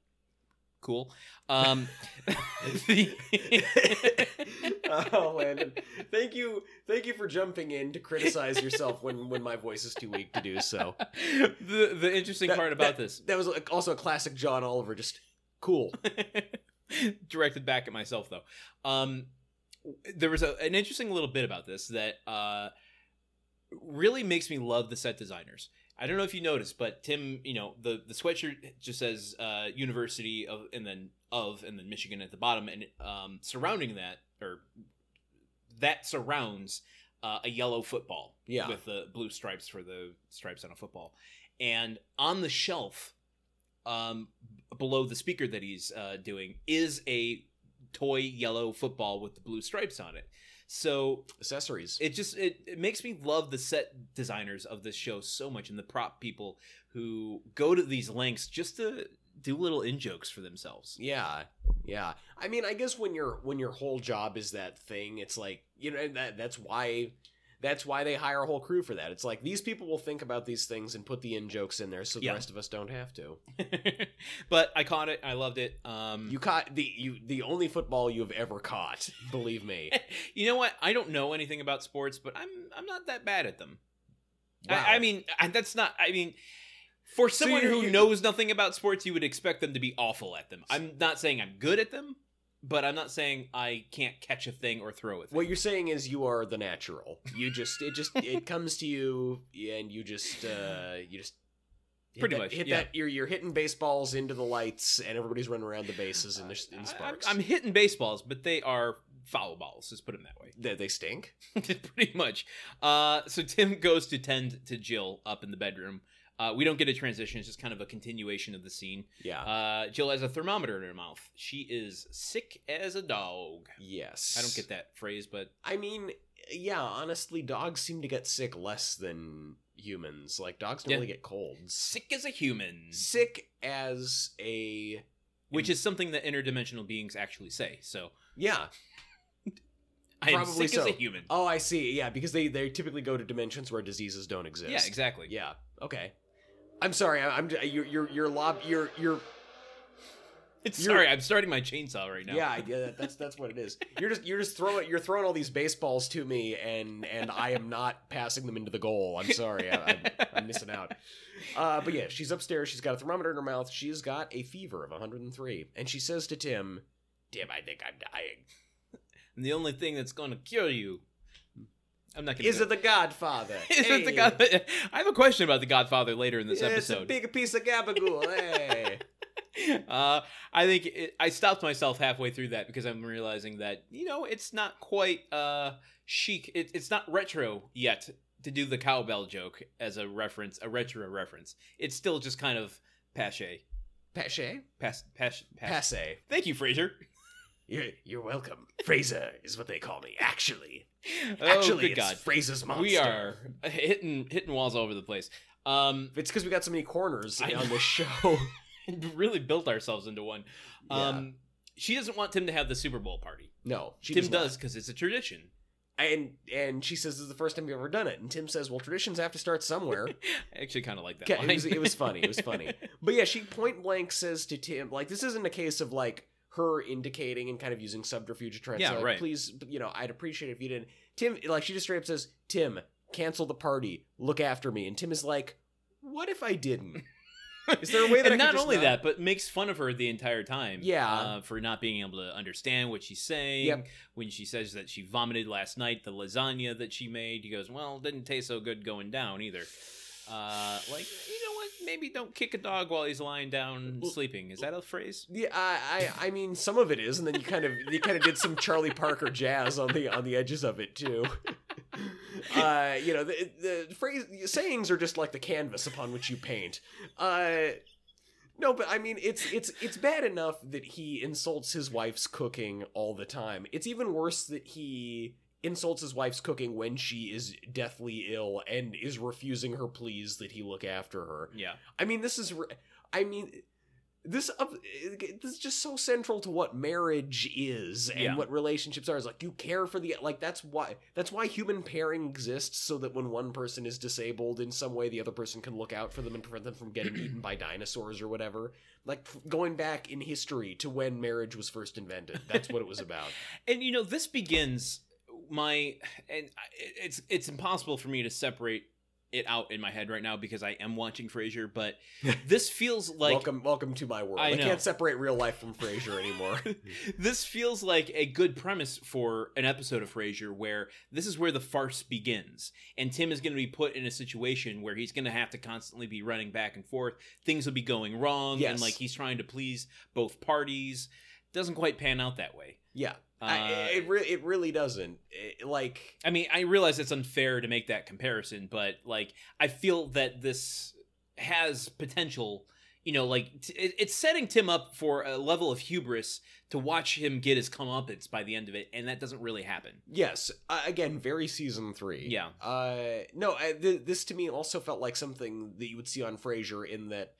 Cool. Um, the-
oh, Landon, thank you, thank you for jumping in to criticize yourself when when my voice is too weak to do so.
the the interesting
Uh, That-
part about this,
That was like, also a classic John Oliver. Just cool.
directed back at myself though, um, there was a, an interesting little bit about this that uh, really makes me love the set designers. I don't know if you noticed, but Tim, you know the the sweatshirt just says uh, University of and then of and then Michigan at the bottom, and um, surrounding that or that surrounds uh, a yellow football
Yeah.
with the blue stripes for the stripes on a football. And on the shelf, um, below the speaker that he's uh, doing, is a toy yellow football with the blue stripes on it. So
Accessories.
it just it, it makes me love the set designers of this show so much and the prop people who go to these lengths just to do little in jokes for themselves.
Yeah, yeah. I mean, I guess when your when your whole job is that thing, it's like you know and that that's why that's why they hire a whole crew for that. It's like these people will think about these things and put the in jokes in there, so the
Yeah.
rest of us don't have to.
but I caught it. I loved it. Um,
You caught the you the only football you've ever caught. Believe me.
you know what? I don't know anything about sports, but I'm I'm not that bad at them.
Wow.
I, I mean, I, that's not. I mean, for
So
someone
you're-
who
you're-
knows nothing about sports, you would expect them to be awful at them. I'm not saying I'm good at them, but I'm not saying I can't catch a thing or throw a thing.
what you're saying is you are the natural. You just it just it comes to you and you just uh you just hit
Pretty
that-
much,
hit
yeah.
that you're you're hitting baseballs into the lights and everybody's running around the bases and there's in sparks.
I, am hitting baseballs, but they are foul balls. Let's put them that way.
they, they stink.
pretty much. Uh, so Tim goes to tend to Jill up in the bedroom. Uh, we don't get a transition; it's just kind of a continuation of the scene.
Yeah.
Uh, Jill has a thermometer in her mouth. She is sick as a dog.
Yes.
I don't get that phrase, but
I mean, yeah, honestly, dogs seem to get sick less than humans. Like, dogs don't
Yeah.
really get colds.
sick as a human,
Sick as a.
which is something that interdimensional beings actually say. So
Yeah.
I am
Probably
sick as a
so.
human.
Oh, I see. Yeah, because they, they typically go to dimensions where diseases don't exist.
yeah, exactly.
Yeah. Okay. I'm sorry. I, I'm. j- You're. You're. You're. Lob. You're. You're.
Sorry, I'm starting my chainsaw right now.
Yeah. I- yeah. That's. That's what it is. You're just. You're just throwing. You're throwing all these baseballs to me, and and I am not passing them into the goal. I'm sorry. I, I'm, I'm missing out. Uh, but yeah, she's upstairs. She's got a thermometer in her mouth. She's got a fever of 103. And she says to Tim, Tim, I think I'm dying.
And the only thing that's going to cure you, I'm not going to.
Is it the Godfather?
Is it the
Hey,
God? I have a question about the Godfather later in this
It's a
episode.
big piece of gabagool. hey.
uh, I think it, I stopped myself halfway through that because I'm realizing that you know it's not quite uh, chic. It, it's not retro yet to do the cowbell joke as a reference, a retro reference. It's still just kind of pache,
Pache?
pass, pass, pass.
Passe.
Thank you, Fraser.
You're, you're welcome. Fraser is what they call me, actually.
Oh,
actually,
good
it's
God,
Fraser's monster.
we are hitting hitting walls all over the place. Um,
It's because we got so many corners
I know.
on this show.
really built ourselves into one.
Yeah.
Um, she doesn't want Tim to have the Super Bowl party.
no, she
Tim
does not.
does because it's a tradition.
And and she says this is the first time you've ever done it. And Tim says, well, traditions have to start somewhere.
I actually kind of like that.
Yeah,
line.
it was, it was funny. It was funny. But yeah, she point blank says to Tim, like, this isn't a case of like her indicating and kind of using subterfuge to try and
Yeah,
say, like,
right.
please, you know, I'd appreciate it if you didn't. Tim, like, she just straight up says, Tim, cancel the party. Look after me. And Tim is like, what if I didn't? Is there a way that
and
I
not
could just
only
not-
that, but makes fun of her the entire time.
Yeah.
uh, for not being able to understand what she's saying.
Yep.
When she says that she vomited last night, the lasagna that she made, he goes, "Well, didn't taste so good going down either." Uh, like you know what? Maybe don't kick a dog while he's lying down
Well-
sleeping. Is that a phrase?
Yeah, I, I, I mean, some of it is, and then you kind of, you kind of did some Charlie Parker jazz on the on the edges of it too. Uh, you know, the, the phrase sayings are just like the canvas upon which you paint. Uh, no, but I mean, it's it's it's bad enough that he insults his wife's cooking all the time. It's even worse that he insults his wife's cooking when she is deathly ill and is refusing her pleas that he look after her.
Yeah,
I mean, this is. Re- I mean, this up this is just so central to what marriage is and
Yeah.
what relationships are. It's like you care for the like that's why that's why human pairing exists so that when one person is disabled in some way, the other person can look out for them and prevent them from getting eaten by dinosaurs or whatever. Like going back in history to when marriage was first invented, that's what it was about.
And you know, this begins my and I- it's it's impossible for me to separate it out in my head right now because I am watching Frasier, but this feels like
welcome, welcome to my world.
I
I,
know.
can't separate real life from Frasier anymore.
this feels like a good premise for an episode of Frasier where this is where the farce begins. And Tim is going to be put in a situation where he's going to have to constantly be running back and forth. Things will be going wrong. And
Yes.
like he's trying to please both parties. Doesn't quite pan out that way.
yeah,
Uh,
I,
I,
it re- it really doesn't. It- like
mean, I realize it's unfair to make that comparison, but like I feel that this has potential. You know, like t- it- it's setting Tim up for a level of hubris to watch him get his comeuppance by the end of it, and that doesn't really happen.
Yes, uh, again, very season three.
Yeah.
Uh, no, I, th- this to me also felt like something that you would see on Frasier in that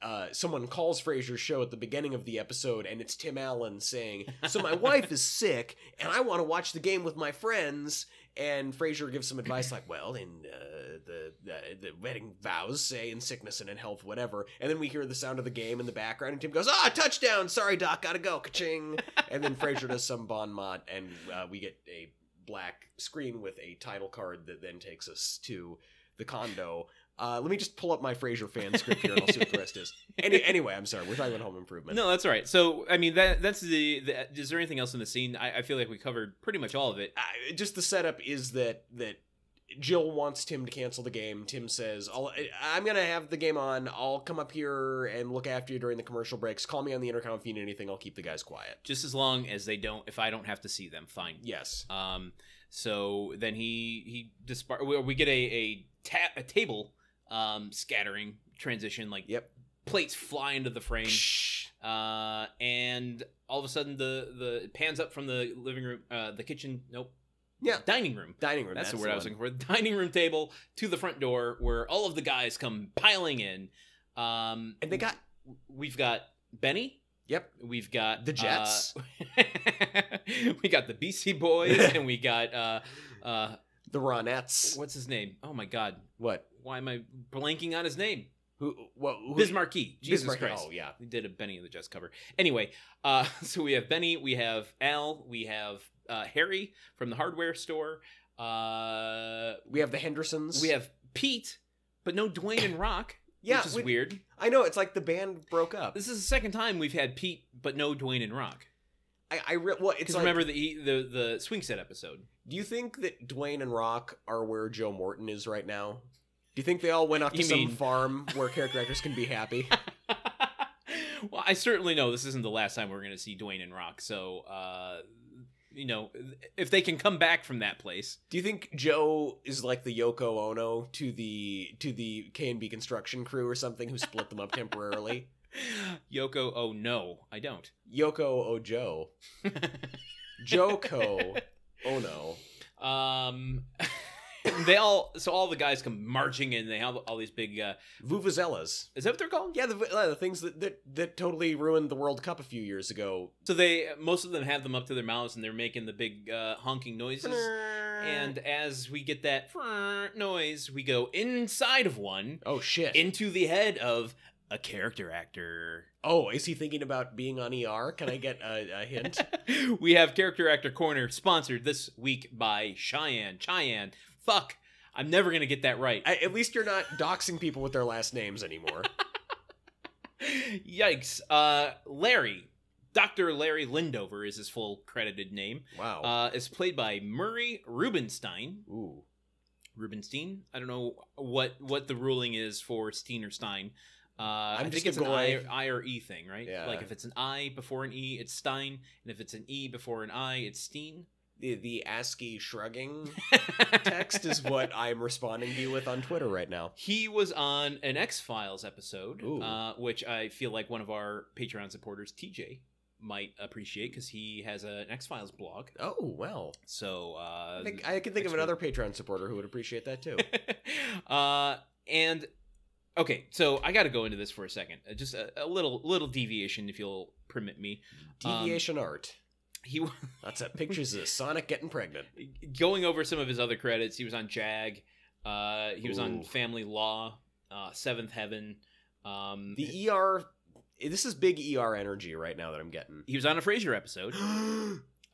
uh, someone calls Frasier's show at the beginning of the episode, and it's Tim Allen saying, "So my wife is sick, and I want to watch the game with my friends." And Frasier gives some advice like, "Well, in uh, the uh, the wedding vows say in sickness and in health, whatever." And then we hear the sound of the game in the background, and Tim goes, "Ah, touchdown! Sorry, Doc, gotta go, ka-ching!" and then Frasier does some bon mot, and uh, we get a black screen with a title card that then takes us to the condo. Uh, let me just pull up my Frasier fan script here, and I'll see what the rest is. Any, anyway, I'm sorry, we're talking about Home Improvement.
No, that's all right. So, I mean, that that's the. the is there anything else in the scene? I, I feel like we covered pretty much all of it.
I, just the setup is that that Jill wants Tim to cancel the game. Tim says, I'll, I- "I'm gonna have the game on. I'll come up here and look after you during the commercial breaks. Call me on the intercom if you need anything. I'll keep the guys quiet."
Just as long as they don't, if I don't have to see them, fine.
Yes.
Um. So then he he dispar- we, we get a a, ta- a table um scattering transition like
Yep.
plates fly into the frame.
Shh.
Uh, and all of a sudden the the it pans up from the living room, uh, the kitchen. Nope.
Yeah.
Dining room.
Dining room.
That's, the word I was
one.
looking for. The dining room table to the front door, where all of the guys come piling in. Um,
And they got
we've got Benny.
Yep.
We've got
the Jets,
uh, we got the BC Boys, and we got uh, uh,
the Ronettes.
what's his name? Oh my God,
What?
why am I blanking on his name?
Who? What? Who,
Bismarcky. Jesus
Bismarck-
Christ.
Oh yeah.
We did a Benny and the Jets cover. Anyway, uh, so we have Benny, we have Al, we have uh, Harry from the hardware store. Uh,
We have the Hendersons.
we have Pete, but no Dwayne and Rock,
yeah.
which is
we-
weird.
I know. It's like the band broke up.
This is the second time we've had Pete, but no Dwayne and Rock.
I, I re- well, it's
Because
like,
remember the, he- the the swing set episode.
Do you think that Dwayne and Rock are where Joe Morton is right now? Do you think they all went off to
You
some
mean-
farm where character actors can be happy?
well, I certainly know this isn't the last time we're going to see Dwayne and Rock. So, uh, you know, if they can come back from that place,
Do you think Joe is like the Yoko Ono to the to the K and B construction crew or something who split them up temporarily?
Yoko, oh no, I don't.
Yoko Ojo, Joko Ono.
um, they all so all the guys come marching in. They have all these big. Uh,
Vuvuzelas.
is that what they're called?
Yeah, the, uh, the things that, that that totally ruined the World Cup a few years ago.
So they most of them have them up to their mouths and they're making the big uh, honking noises. And as we get that noise, we go inside of one
oh shit!
into the head of a character actor.
oh, is he thinking about being on ER? Can I get a, a hint?
we have character actor corner sponsored this week by Cheyenne. Cheyenne, fuck, I'm never gonna get that right.
I, at least you're not doxing people with their last names anymore.
Yikes. Uh, Larry, Doctor Larry Lindover is his full credited name.
Wow.
Uh, is played by Murray Rubenstein.
Ooh.
Rubenstein. I don't know what what the ruling is for Steen or Stein. Uh, i
just
think it's an
gonna
I,
go-
I or E thing, right?
Yeah.
Like if it's an I before an E, it's Stein, and if it's an E before an I, it's Steen.
The, the ASCII shrugging text is what I'm responding to you with on Twitter right now.
He was on an X Files episode,
Ooh.
uh, which I feel like one of our Patreon supporters, TJ, might appreciate because he has an X Files blog.
Oh, well.
So uh,
I, think, I can think of
next
another Patreon supporter who would appreciate that too.
uh, and Okay, so I got to go into this for a second. Uh, Just a, a little little deviation, if you'll permit me. Um,
Deviation art.
He w-
That's a pictures of Sonic getting pregnant.
going over some of his other credits. He was on Jag. Uh, he was on
Ooh.
Family Law, uh, Seventh Heaven. Um,
The ER. This is big ER energy right now that I'm getting.
he was on a Frasier episode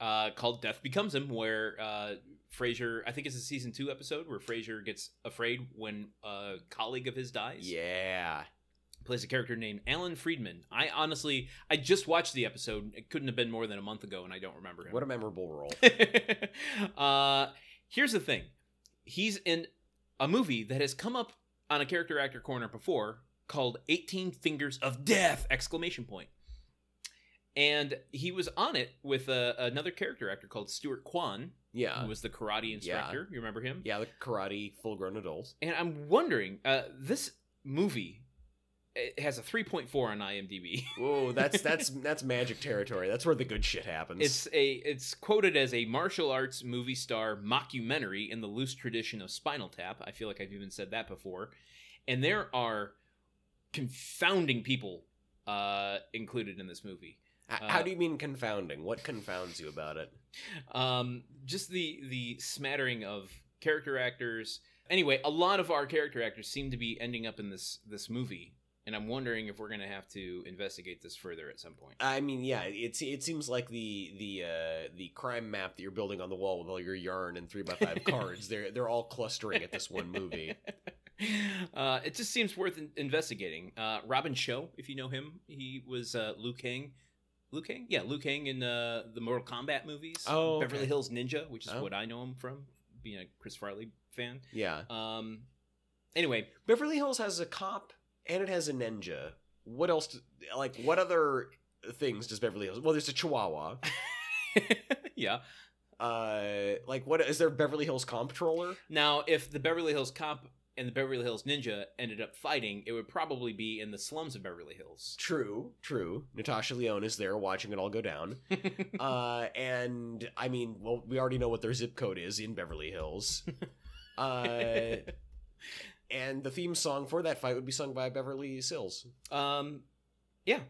uh, called "Death Becomes Him," where uh, Frasier, I think it's a season two episode where Frasier gets afraid when a colleague of his dies.
yeah.
plays a character named Alan Friedman. I honestly, I just watched the episode. It couldn't have been more than a month ago, and I don't remember him.
What a memorable role.
uh, here's the thing: he's in a movie that has come up on a character actor corner before, called 18 Fingers of Death! Exclamation point. And he was on it with uh another character actor called Stuart Kwan,
Uh, Yeah.
who was the karate instructor. You remember him?
Yeah, the karate full grown adult.
And I'm wondering, uh, this movie it has a 3.4 on IMDb.
Whoa, that's that's that's magic territory. That's where the good shit happens.
It's a it's quoted as a martial arts movie star mockumentary in the loose tradition of Spinal Tap. I feel like I've even said that before. And there are confounding people uh, included in this movie.
H-
uh,
How do you mean confounding? What confounds you about it?
Um, just the the smattering of character actors. Anyway, a lot of our character actors seem to be ending up in this this movie, and I'm wondering if we're gonna have to investigate this further at some point.
I mean, yeah, it's it seems like the the uh, the crime map that you're building on the wall with all your yarn and three by five cards. They're they're all clustering at this one movie.
Uh, it just seems worth in- investigating. Uh, Robin Cho, if you know him, he was uh, Liu Kang. Liu Kang, yeah, Liu Kang in uh, the Mortal Kombat movies.
Oh, okay.
Beverly Hills Ninja, which is
Oh.
what I know him from, being a Chris Farley fan.
Yeah,
Um, anyway,
Beverly Hills has a cop and it has a ninja. What else? Do, like what other things does Beverly Hills? Well, there's a Chihuahua.
yeah.
Uh, like what is there? a Beverly Hills comptroller?
Now, if the Beverly Hills Cop and the Beverly Hills Ninja ended up fighting, it would probably be in the slums of Beverly Hills.
True, true. Natasha Leone is there watching it all go down. uh, and I mean, well, we already know what their zip code is in Beverly Hills. Uh, and the theme song for that fight would be sung by Beverly Sills.
Um, yeah,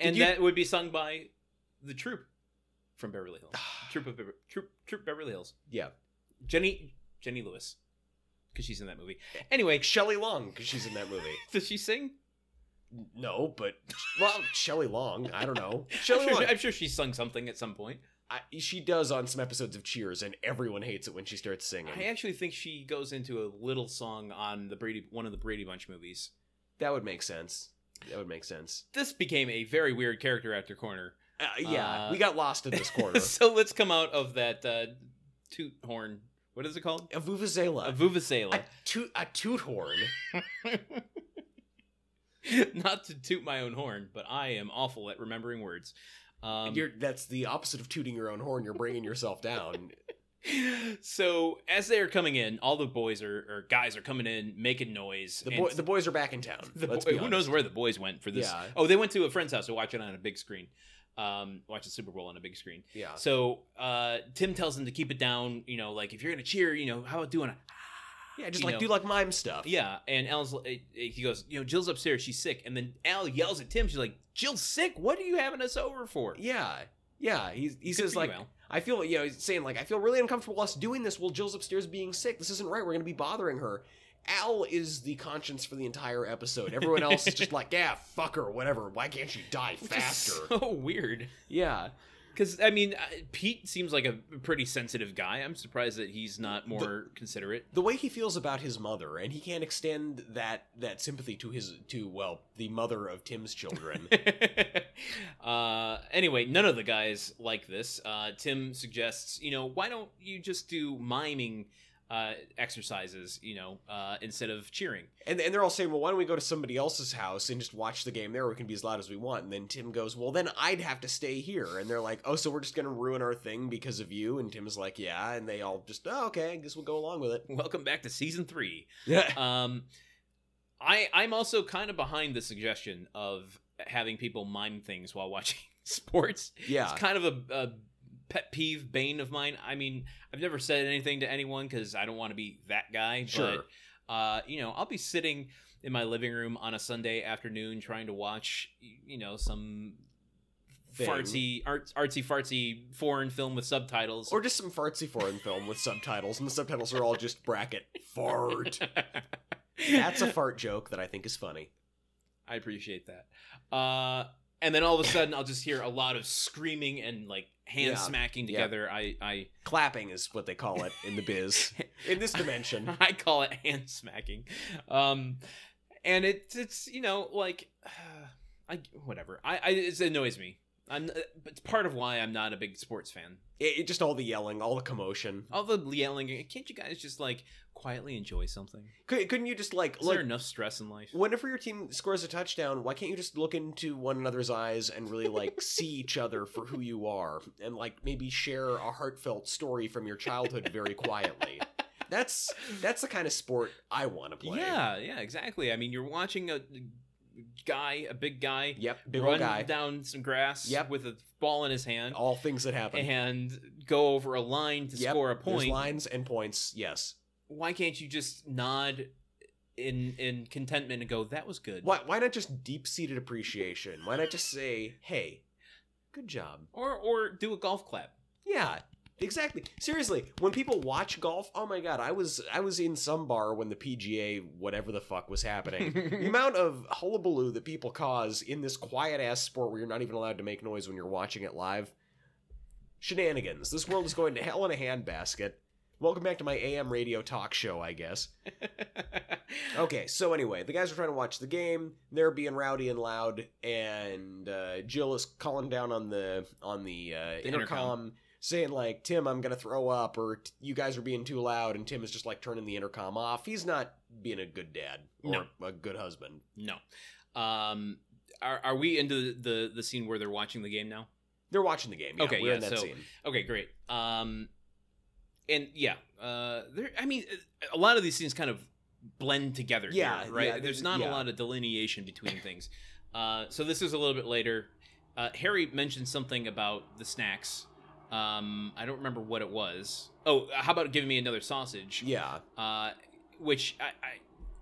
and
you-
that would be sung by the troop from Beverly Hills, troop of Bever- troop troop Beverly Hills,
yeah,
Jenny Jenny Lewis, because she's in that movie. Anyway,
Shelley Long because she's in that movie.
does she sing?
No, but well, Shelley Long. I don't know.
I'm
Shelley
sure,
Long.
I'm sure she sung something at some point.
I, she does on some episodes of Cheers, and everyone hates it when she starts singing.
I actually think she goes into a little song on the Brady one of the Brady Bunch movies.
that would make sense. That would make sense.
This became a very weird character actor corner.
Uh, yeah,
Uh,
we got lost in this corner.
so let's come out of that uh, toot horn. What is it called?
A vuvuzela.
A vuvuzela.
a toot a toot horn.
not to toot my own horn, but I am awful at remembering words. Um,
You're, that's the opposite of tooting your own horn. You're bringing yourself down.
so as they are coming in, all the boys are or guys are coming in making noise.
The,
and
boy, the boys are back in town.
the
let's
boy-
be
who
honest.
knows where the boys went for this?
Yeah.
Oh, they went to a friend's house to watch it on a big screen. Um, watch the Super Bowl on a big screen.
Yeah.
So uh, Tim tells them to keep it down. You know, like if you're gonna cheer, you know, how about doing a
Yeah, just
you
like
know.
do like mime stuff.
Yeah, and Al's uh, uh, he goes, you know, Jill's upstairs, she's sick, and then Al yells at Tim, she's like, Jill's sick. What are you having us over for?
Yeah. Yeah. He he
Good
says
for you,
like
Al.
I feel you know, he's saying like I feel really uncomfortable us doing this while Jill's upstairs being sick. This isn't right. We're gonna be bothering her. Al is the conscience for the entire episode. Everyone else is just like, yeah, fuck her, whatever. Why can't she die
Which is
faster?
so weird.
Yeah.
Because I mean, I- Pete seems like a pretty sensitive guy. I'm surprised that he's not more considerate.
the way he feels about his mother, and he can't extend that that sympathy to his to well the mother of Tim's children.
uh, anyway, none of the guys like this. Uh, Tim suggests, you know, why don't you just do miming uh, exercises, you know, uh, instead of cheering?
and and they're all saying, well, why don't we go to somebody else's house and just watch the game there? We can be as loud as we want. And then Tim goes, well, then I'd have to stay here. And they're like, oh, so we're just gonna ruin our thing because of you? And Tim's like, yeah. And they all just, oh, okay, I guess we'll go along with it.
Welcome back to season three.
Yeah.
Um, I I'm also kind of behind the suggestion of having people mime things while watching sports.
Yeah.
It's kind of a, a pet peeve, bane of mine. I mean, I've never said anything to anyone because I don't want to be that guy.
Sure.
But, uh, you know, I'll be sitting in my living room on a Sunday afternoon trying to watch, y- you know, some
Thing.
fartsy, art, artsy fartsy foreign film with subtitles.
Or just some fartsy foreign film with subtitles, and the subtitles are all just bracket fart. That's a fart joke that I think is funny.
I appreciate that. Uh, and then all of a sudden, I'll just hear a lot of screaming and like
Yeah.
hand smacking
Yeah.
together. I,
Clapping is what they call it in the biz. In this dimension.
I I call it hand smacking. Um, and it's it's you know like, I whatever. I, I it annoys me. I'm uh, it's part of why I'm not a big sports fan.
It, it- just all the yelling, all the commotion.
All the yelling. Can't you guys just like quietly enjoy something?
Could, couldn't you just like
Is
look?
there enough stress in life?
Whenever your team scores a touchdown, why can't you just look into one another's eyes and really like see each other for who you are and like maybe share a heartfelt story from your childhood very quietly? That's that's the kind of sport I want to play.
Yeah, yeah, exactly. I mean, you're watching a guy, a big guy,
Yep. Big
run
old guy.
down some grass
Yep.
with a ball in his hand
All things that happen.
and go over a line to
Yep,
score a
There's
point.
lines and points. Yes.
Why can't you just nod in in contentment and go, "That was good,"
Why why not just deep seated appreciation? Why not just say, "Hey, good job."
or or do a golf clap?
Yeah, exactly. Seriously, when people watch golf, oh my god, I was I was in some bar when the PGA whatever the fuck was happening. the amount of hullabaloo that people cause in this quiet ass sport where you're not even allowed to make noise when you're watching it live. Shenanigans. This world is going to hell in a handbasket. Welcome back to my AM radio talk show, I guess. Okay, so anyway, the guys are trying to watch the game. They're being rowdy and loud, and uh, Jill is calling down on the on the, uh, intercom,
intercom.
saying like, "Tim, I'm gonna throw up," or "You guys are being too loud." And Tim is just like turning the intercom off. He's not being a good dad or a good husband.
No. Um, are are we into the, the the scene where they're watching the game now?
They're watching the game. Yeah,
Okay,
we're
yeah,
in that
so-
scene.
Okay, great. Um, and yeah, uh, there. I mean, a lot of these scenes kind of blend together.
Yeah,
here, right.
yeah,
There's
there's-
not
yeah.
a lot of delineation between things. Uh, so this is a little bit later. Uh, Harry mentioned something about the snacks. Um, I don't remember what it was. Oh, how about giving me another sausage?
Yeah,
Uh, which I, I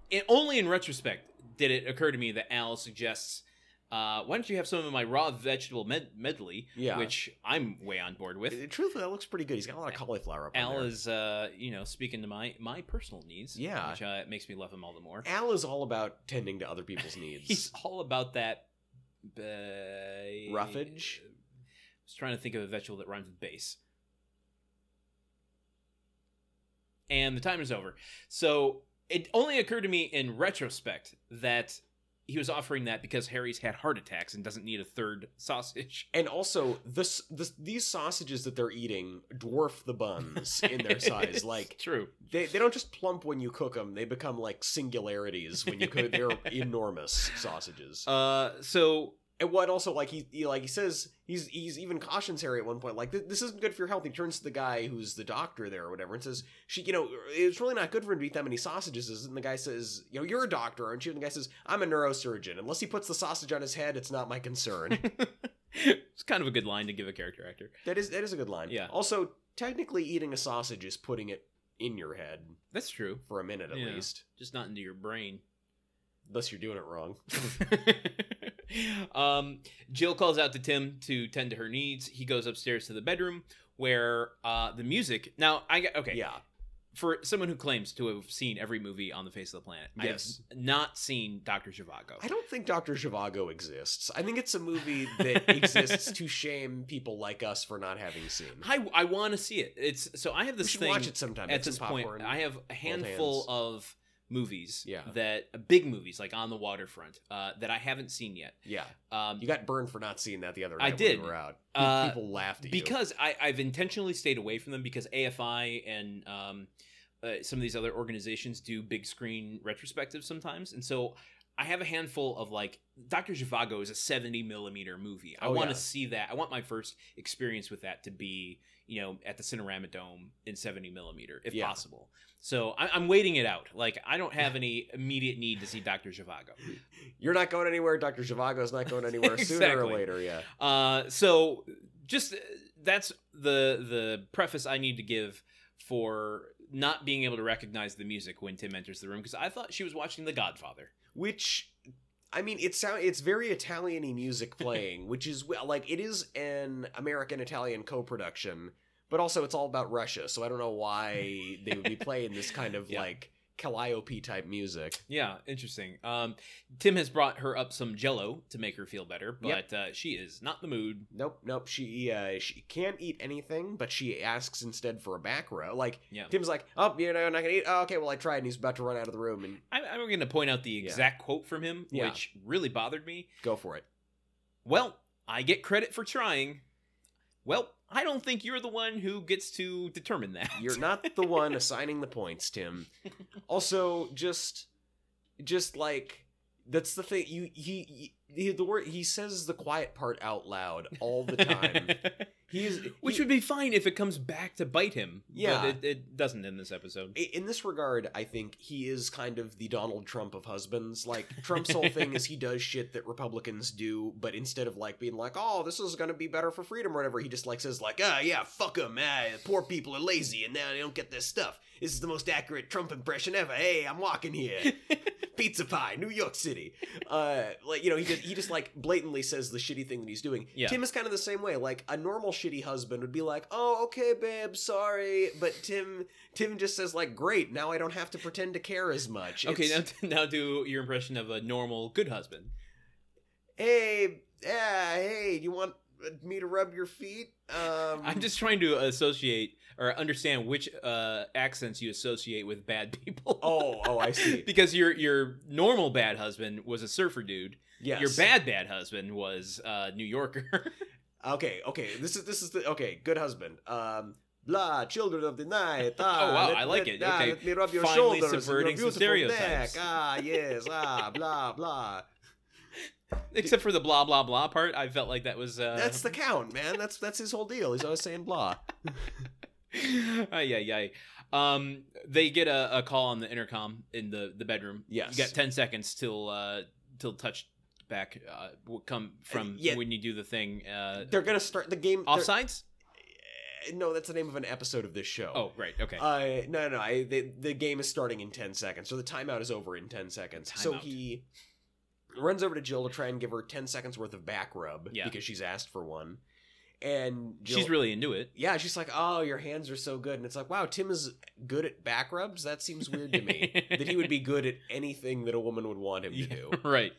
it, only in retrospect did it occur to me that Al suggests. Uh, why don't you have some of my raw vegetable med- medley,
yeah.
which I'm way on board with.
Uh, truthfully, that looks pretty good. He's got a lot of cauliflower up on
Al
there.
is, uh, you know, speaking to my my personal needs.
Yeah.
which uh, makes me love him all the more.
Al is all about tending to other people's needs.
He's all about that ba-
Roughage?
I was trying to think of a vegetable that rhymes with base. And the time is over. So it only occurred to me in retrospect that he was offering that because Harry's had heart attacks and doesn't need a third sausage.
And also, this, this these sausages that they're eating dwarf the buns in their size.
It's
Like
true.
they, they don't just plump when you cook them; they become like singularities when you cook. They're enormous sausages.
Uh, so
and what also like he, he like he says he's he's even cautions Harry at one point like "Th- this isn't good for your health. He turns to the guy who's the doctor there or whatever and says she you know it's really not good for him to eat that many sausages. is it?" And the guy says you know you're a doctor aren't you? And the guy says I'm a neurosurgeon. Unless he puts the sausage on his head, it's not my concern.
it's kind of a good line to give a character actor.
That is that is a good line.
Yeah.
Also, technically, eating a sausage is putting it in your head
That's true.
for a minute at
Yeah.
least,
Just not into your brain.
unless you're doing it wrong.
um, Jill calls out to Tim to tend to her needs. He goes upstairs to the bedroom where uh, the music. Now I got okay
Yeah.
for someone who claims to have seen every movie on the face of the planet.
Yes.
I've not seen Doctor Zhivago.
I don't think Doctor Zhivago exists. I think it's a movie that exists to shame people like us for not having seen.
I I want to see it. It's so I have
We
this
should
thing
watch it sometime.
at
Get some
this point.
popcorn.
I have a handful
hands.
of movies
Yeah.
that big movies like on the waterfront uh, that I haven't seen yet.
yeah,
Um,
you got burned for not seeing that the other night.
I
When
did.
we were out.
Uh,
people laughed at you
because I, I've intentionally stayed away from them because AFI and um, uh, some of these other organizations do big screen retrospectives sometimes, and so I have a handful of like Doctor Zhivago is a seventy millimeter movie. I
Oh,
want to
yeah.
see that. I want my first experience with that to be you know at the Cinerama Dome in seventy millimeter if
Yeah.
possible. So I, I'm waiting it out. Like I don't have any immediate need to see Doctor Zhivago.
You're not going anywhere. Doctor Zhivago's not going anywhere. Sooner or
Exactly.
later, yeah.
Uh, so just uh, that's the the preface I need to give for not being able to recognize the music when Tim enters the room because I thought she was watching The Godfather.
which I mean, it sound it's very Italian-y music playing, which is well, like it is an American-Italian co-production, but also it's all about Russia, so I don't know why they would be playing this kind of
Yeah.
like calliope type music.
Yeah, interesting. Um, Tim has brought her up some Jello to make her feel better,
Yep.
but uh, she is not in the mood.
Nope, nope. She uh, she can't eat anything, but she asks instead for a back row. Like
Yeah,
Tim's like, oh, you know, I'm not gonna eat. Oh, okay, well, I tried, and he's about to run out of the room and
I, I'm going to point out the
Yeah.
exact quote from him,
Yeah.
which really bothered me.
go for it.
Well, I get credit for trying. Well, I don't think you're the one who gets to determine that.
You're not the one assigning the points, Tim. Also, just just like that's the thing you he, he the word he says the quiet part out loud all the time. He's
Which
he,
would be fine if it comes back to bite him.
Yeah.
But it, it doesn't in this episode.
i- in this regard, I think he is kind of the Donald Trump of husbands. Like Trump's whole thing is he does shit that Republicans do, but instead of like being like, "Oh, this is going to be better for freedom" or whatever, he just like says like, "Ah, yeah, fuck them. Ah, poor people are lazy and now they don't get their stuff." This is the most accurate Trump impression ever. Hey, I'm walking here. pizza pie, New York City. Uh, like you know, he just he just like blatantly says the shitty thing that he's doing.
Yeah.
Tim is kind of the same way. Like a normal shitty husband would be like, "Oh, okay, babe, sorry," but Tim Tim just says like, "Great, now I don't have to pretend to care as much."
okay, now,
It's,
now do your impression of a normal good husband.
hey, yeah, hey, you want me to rub your feet? Um,
I'm just trying to associate or understand which uh, accents you associate with bad people.
Oh, oh, I see.
because your your normal bad husband was a surfer dude.
Yes.
Your bad bad husband was uh, New Yorker.
Okay, okay. This is this is the okay. Good husband. Um, blah, children of the night. Ah,
Oh, wow,
let-
I like
let-
it.
ah,
Okay.
let me rub your
Finally
shoulders and your
subverting some
beautiful
stereotypes.
neck. Ah, yes. Ah, blah, blah.
Except for the blah blah blah part, I felt like that was uh,
That's the count, man. That's that's his whole deal. He's always saying blah.
ay, ay, ay. Um, they get a, a call on the intercom in the, the bedroom.
Yes.
you got ten seconds till uh till touch back uh, will come from
yeah.
when you do the thing. Uh,
They're gonna start the game. they're-
offsides?
eh, No, that's the name of an episode of this show.
Oh, right. Okay.
Uh, no, no, no. I, the, the game is starting in 10 seconds. So the timeout is over in 10 seconds. So
Timeout.
he runs over to Jill to try and give her 10 seconds worth of back rub
Yeah.
because she's asked for one. And Jill,
She's really into it.
yeah, she's like, oh, your hands are so good. And it's like, wow, Tim is good at back rubs? That seems weird to me. that he would be good at anything that a woman would want him to
Yeah,
do.
right.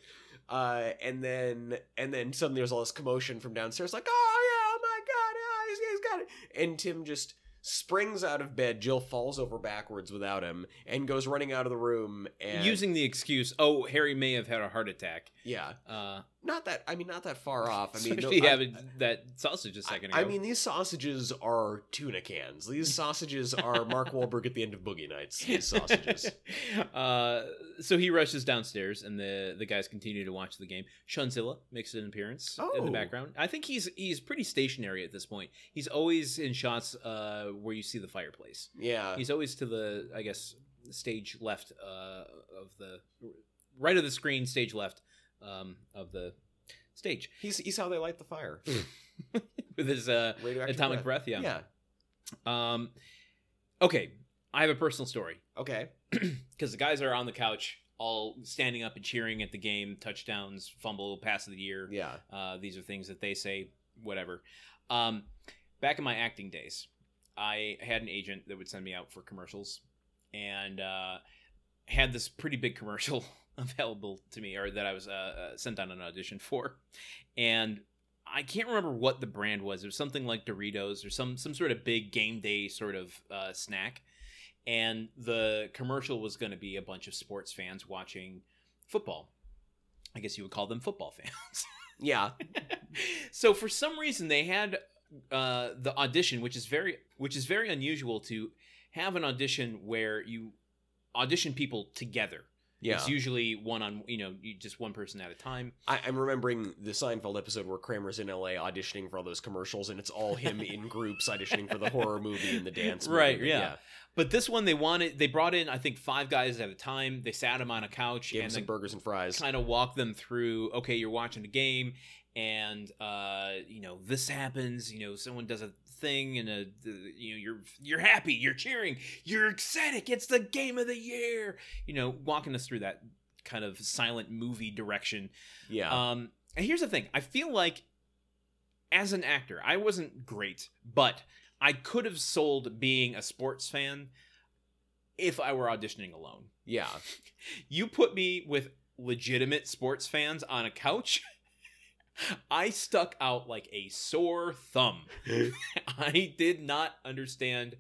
Uh, and then and then suddenly there's all this commotion from downstairs, like, oh yeah, oh my god, yeah, he's, he's got it. And Tim just springs out of bed. Jill falls over backwards without him and goes running out of the room. And
Using the excuse, oh, Harry may have had a heart attack.
yeah,
Uh,
not that I mean, not that far off. I mean, no,
she
I-
had that sausage a second
I,
ago.
I mean, these sausages are tuna cans. These sausages are Mark Wahlberg at the end of Boogie Nights. These sausages.
uh, so he rushes downstairs, and the the guys continue to watch the game. Shunzilla makes an appearance in the
Oh.
background. I think he's he's pretty stationary at this point. He's always in shots uh, where you see the fireplace.
Yeah.
He's always to the I guess stage left uh, of the right of the screen, stage left um, of the stage
He's, he's how they light the fire.
with his uh,
Radioactive
Hmm. atomic breath.
Yeah.
Yeah. Um, okay, I have a personal story.
Okay.
because the guys are on the couch all standing up and cheering at the game touchdowns fumble pass of the year
Yeah.
uh, these are things that they say whatever um, back in my acting days i had an agent that would send me out for commercials and uh, had this pretty big commercial available to me or that i was uh, uh, sent on an audition for and i can't remember what the brand was it was something like doritos or some some sort of big game day sort of uh, snack and the commercial was going to be a bunch of sports fans watching football i guess you would call them football fans
Yeah.
so for some reason they had uh, the audition, which is very which is very unusual to have an audition where you audition people together.
Yeah.
It's usually one on you know you just one person at a time.
I, I'm remembering the Seinfeld episode where Kramer's in LA auditioning for all those commercials, and it's all him in groups auditioning for the horror movie and the dance. Movie.
Right, yeah. But this one they wanted they brought in I think five guys at a time. They sat them on a couch
Give him
and
some
then
burgers and fries.
kind of walk them through okay you're watching a game and uh you know this happens you know someone does a thing and a the- you know you're you're happy, you're cheering, you're ecstatic. It's the game of the year. You know, walking us through that kind of silent movie direction.
Yeah.
Um, and here's the thing: I feel like as an actor, I wasn't great, but I could have sold being a sports fan if I were auditioning alone.
yeah.
You put me with legitimate sports fans on a couch. I stuck out like a sore thumb. I did not understand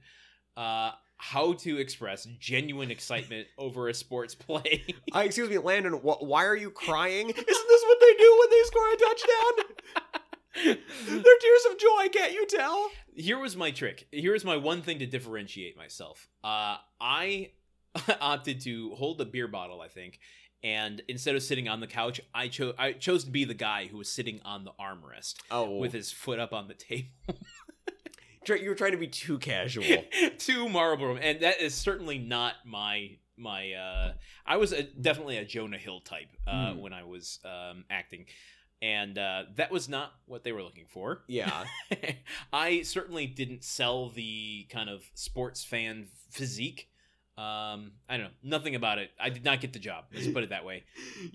uh, how to express genuine excitement over a sports play.
I, excuse me, Landon. Wh- why are you crying? Isn't this what they do when they score a touchdown? Their tears of joy. Can't you tell?
Here was my trick. Here is my one thing to differentiate myself. Uh, I opted to hold the beer bottle, I think, and instead of sitting on the couch, I chose I chose to be the guy who was sitting on the armrest.
Oh,
with his foot up on the table.
Tr- you were trying to be too casual.
to Marlboro, and that is certainly not my my. uh I was a, definitely a Jonah Hill type uh,
Hmm.
when I was um, acting, and uh, that was not what they were looking for.
yeah.
I certainly didn't sell the kind of sports fan physique. Um, I don't know nothing about it. I did not get the job. Let's put it that way.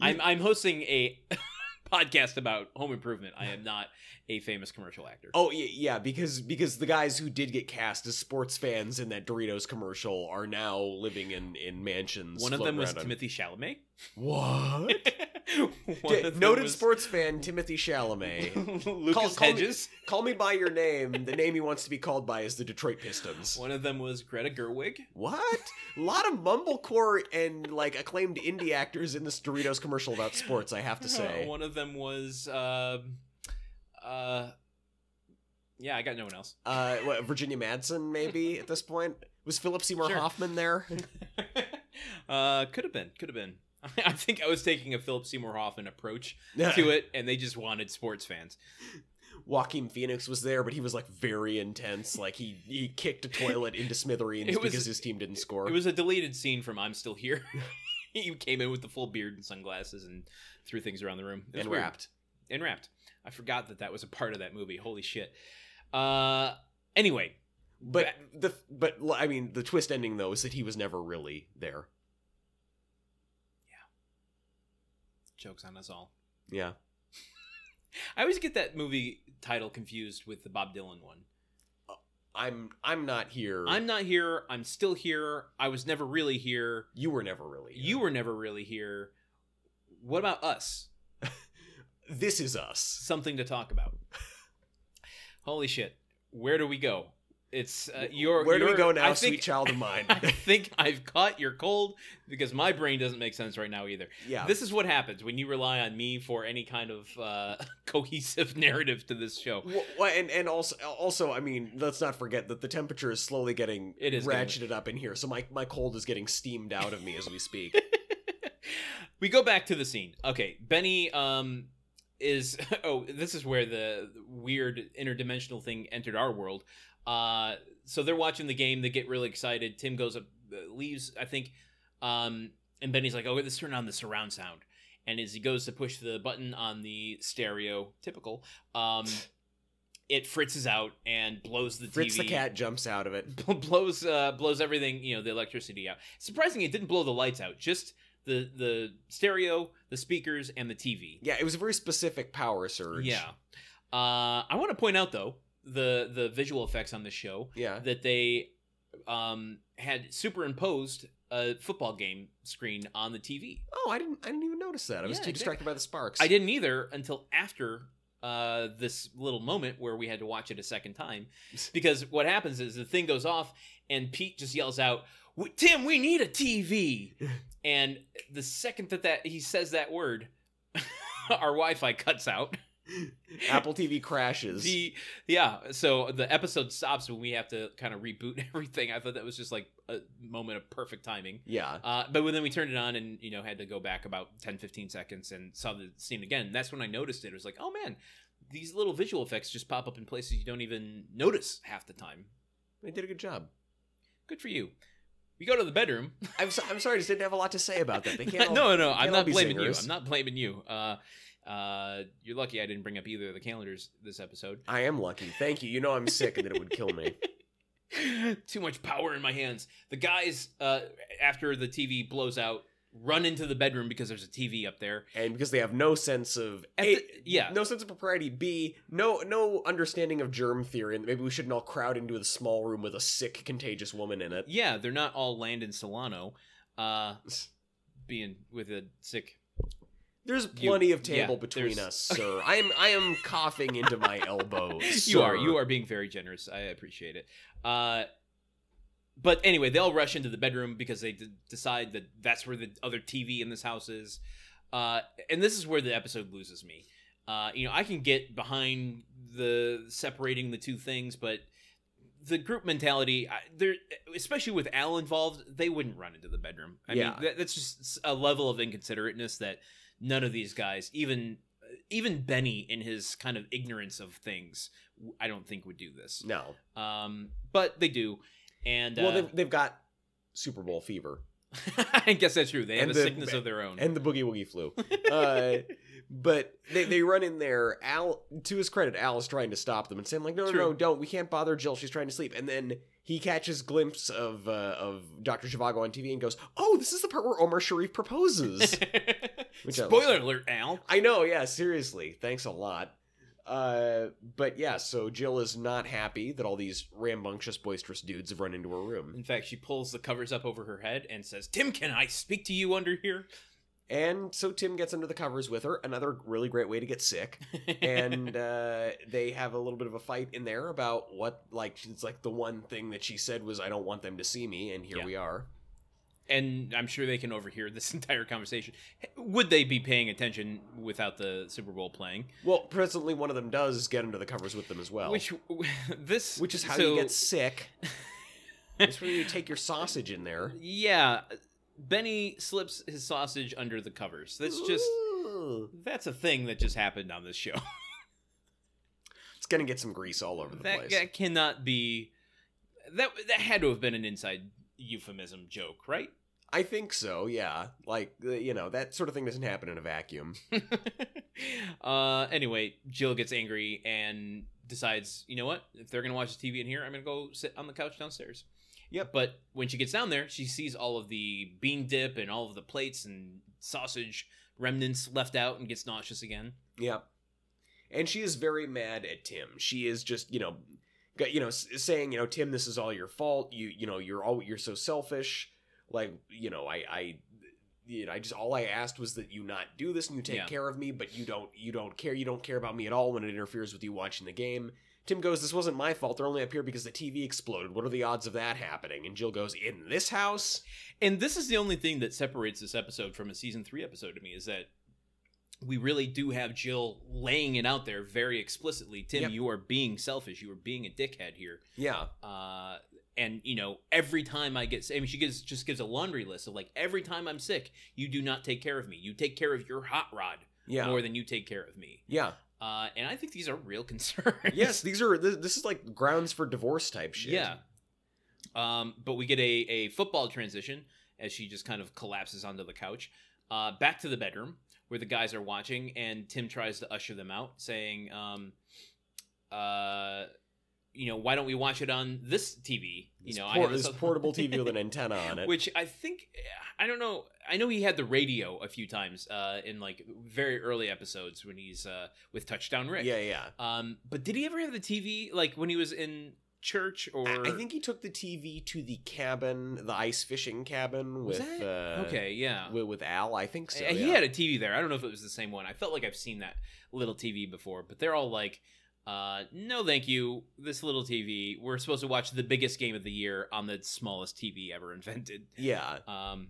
I'm I'm hosting a podcast about home improvement. I am not a famous commercial actor.
Oh yeah, yeah, because because the guys who did get cast as sports fans in that Doritos commercial are now living in in mansions.
One of them
floating
was
around on-
Timothy Chalamet.
What?
One
D-
of them
noted
was
sports fan Timothy Chalamet.
Lucas
Call- call me-
Hedges.
Call me by your name. The name he wants to be called by is the Detroit Pistons.
One of them was Greta Gerwig.
What? A lot of mumblecore and like acclaimed indie actors in this Doritos commercial about sports. I have to
Uh,
say.
one of them was. Uh, uh, yeah, I got no one else.
Uh, what, Virginia Madsen, maybe at this point was Philip Seymour
Sure.
Hoffman there.
uh, could have been. Could have been. I think I was taking a Philip Seymour Hoffman approach to it, and they just wanted sports fans.
Joaquin Phoenix was there, but he was like very intense. Like he he kicked a toilet into smithereens
It was-
because his team didn't score.
It was a deleted scene from I'm Still Here. he came in with the full beard and sunglasses and threw things around the room. It was
and
weird.
wrapped.
and wrapped. I forgot that that was a part of that movie. Holy shit. Uh, anyway,
But the but l- I mean the twist ending though is that he was never really there.
jokes on us all.
Yeah.
I always get that movie title confused with the Bob Dylan one.
I'm I'm not here.
I'm not here. I'm still here. I was never really here.
you were never really. here.
You were never really here. What about us?
This is us.
Something to talk about. Holy shit. Where do we go? It's uh, your.
Where do we
your-
go now,
I think-
sweet child of mine?
I think I've caught your cold because my brain doesn't make sense right now either.
yeah.
This is what happens when you rely on me for any kind of uh, cohesive narrative to this show.
Well, well, and and also also I mean let's not forget that the temperature is slowly getting
It is getting-
ratcheted up in here, so my my cold is getting steamed out of me as we speak.
we go back to the scene. Okay, Benny um, is. Oh, this is where the weird interdimensional thing entered our world. Uh, so they're watching the game. They get really excited. Tim goes up, uh, leaves, I think, um, and Benny's like, "Oh, let's turn on the surround sound." And as he goes to push the button on the stereo, typical, um, it fritzes out and blows the
Fritz
TV.
the cat jumps out of it.
bl- blows uh, blows everything you know the electricity out. Surprisingly, it didn't blow the lights out. Just the the stereo, the speakers, and the TV.
Yeah, it was a very specific power surge.
Yeah. Uh, I want to point out though the the visual effects on this show
Yeah.
that they um, had superimposed a football game screen on the TV.
Oh, I didn't I didn't even notice that. I was
Yeah, I
too
did.
distracted by the sparks.
I didn't either until after uh, this little moment where we had to watch it a second time. Because what happens is the thing goes off, and Pete just yells out, "W- "Tim, we need a TV!" and the second that that he says that word, our Wi-Fi cuts out.
Apple TV crashes.
The yeah, so the episode stops when we have to kind of reboot everything. I thought that was just like a moment of perfect timing.
yeah.
Uh, but then we turned it on and you know had to go back about 10 15 seconds and saw the scene again that's when i noticed it it was like oh man these little visual effects just pop up in places you don't even notice half the time
They did a good job.
good for you we go to the bedroom
I'm so, I'm sorry, I just didn't have a lot to say about that. They can't all-
no no
can't
i'm
all
not
be
blaming you
zingers.
i'm not blaming you uh Uh, you're lucky I didn't bring up either of the calendars this episode.
I am lucky. Thank you. You know I'm sick and that it would kill me.
Too much power in my hands. The guys, uh, after the TV blows out, run into the bedroom because there's a TV up there.
And because they have no sense of
At
A,
the- yeah.
no sense of propriety. B, no no understanding of germ theory, and maybe we shouldn't all crowd into a small room with a sick, contagious woman in it.
Yeah, they're not all Landon Solano, uh, being with a sick.
There's
You-
plenty of table
yeah,
between
there's-
us, sir. I am I am coughing into my elbow.
You are
uh,
you are being very generous. I appreciate it. Uh, but anyway, they'll rush into the bedroom because they d- decide that that's where the other TV in this house is. Uh, and this is where the episode loses me. Uh, you know, I can get behind the separating the two things, but the group mentality, I, there, especially with Al involved, they wouldn't run into the bedroom. I
Yeah.
mean, that, that's just a level of inconsiderateness that none of these guys, even even Benny, in his kind of ignorance of things, w- I don't think would do this.
No.
Um, but they do, and
Well
uh,
they've they've got Super Bowl fever.
I guess that's true. They have
And
a
the-
sickness of their own.
and the boogie woogie flu. Uh, but they, they run in there. Al, to his credit, Al is trying to stop them and saying like, "No, no,
True.
no, don't. We can't bother Jill. She's trying to sleep." And then he catches glimpse of uh, of Doctor Zhivago on TV and goes, "Oh, this is the part where Omar Sharif proposes." Which I love.
Spoiler alert, Al.
I know. Yeah, seriously. Thanks a lot. Uh, but yeah, so Jill is not happy that all these rambunctious, boisterous dudes have run into her room,
In fact, she pulls the covers up over her head and says, "Tim, can I speak to you under here?"
and so Tim gets under the covers with her. Another really great way to get sick. and uh, they have a little bit of a fight in there about what like she's like the one thing that she said was I don't want them to see me, and here
Yeah.
we are.
and I'm sure they can overhear this entire conversation. Would they be paying attention without the Super Bowl playing?
Well, presently one of them does get under the covers with them as well,
Which this
which is how
so-
you get sick. it's where you take your sausage in there.
Yeah, Benny slips his sausage under the covers. That's just
Ooh.
that's a thing that just happened on this show.
it's gonna get some grease all over the
that,
place.
that cannot be that that had to have been an inside euphemism joke, right?
I think so. Yeah, like uh, you know that sort of thing doesn't happen in a vacuum.
uh, anyway, Jill gets angry and decides, you know what? If they're gonna watch the TV in here, I'm gonna go sit on the couch downstairs.
Yep.
But when she gets down there, she sees all of the bean dip and all of the plates and sausage remnants left out and gets nauseous again.
Yep. And she is very mad at Tim. She is just, you know, got- you know, s- saying, you know, Tim, this is all your fault. You, you know, you're all you're so selfish. Like, you know, I, I, you know, I just all I asked was that you not do this and you take
Yeah.
care of me, but you don't, you don't care. You don't care about me at all when it interferes with you watching the game. Tim goes, "This wasn't my fault. They're only up here because the TV exploded. What are the odds of that happening?" And Jill goes, "In this house."
And this is the only thing that separates this episode from a season three episode to me is that we really do have Jill laying it out there very explicitly. Tim,
Yep.
you are being selfish. You are being a dickhead here.
Yeah,
Uh, and you know, every time I get, I mean, she gives just gives a laundry list of like every time I'm sick, you do not take care of me. You take care of your hot rod
yeah,
more than you take care of me.
yeah.
Uh, and I think these are real concerns.
yes, these are this, this is like grounds for divorce type shit.
Yeah. Um, but we get a, a football transition as she just kind of collapses onto the couch. Uh, back to the bedroom where the guys are watching, and Tim tries to usher them out, saying, um, uh, you know, why don't we watch it on this TV?
This
you know,
por-
have
this
other-
portable TV with an antenna on it.
Which I think I don't know. I know he had the radio a few times uh, in like very early episodes when he's uh, with Touchdown Rick.
yeah, yeah.
Um, but did he ever have the TV like when he was in church or?
I, I think he took the TV to the cabin, the ice fishing cabin
Was
with uh,
okay, yeah.
with, with Al. I think so.
Uh, He
yeah.
had a TV there. I don't know if it was the same one. I felt like I've seen that little TV before, but they're all like, uh, no, thank you. This little TV. We're supposed to watch the biggest game of the year on the smallest TV ever invented.
yeah,
Um,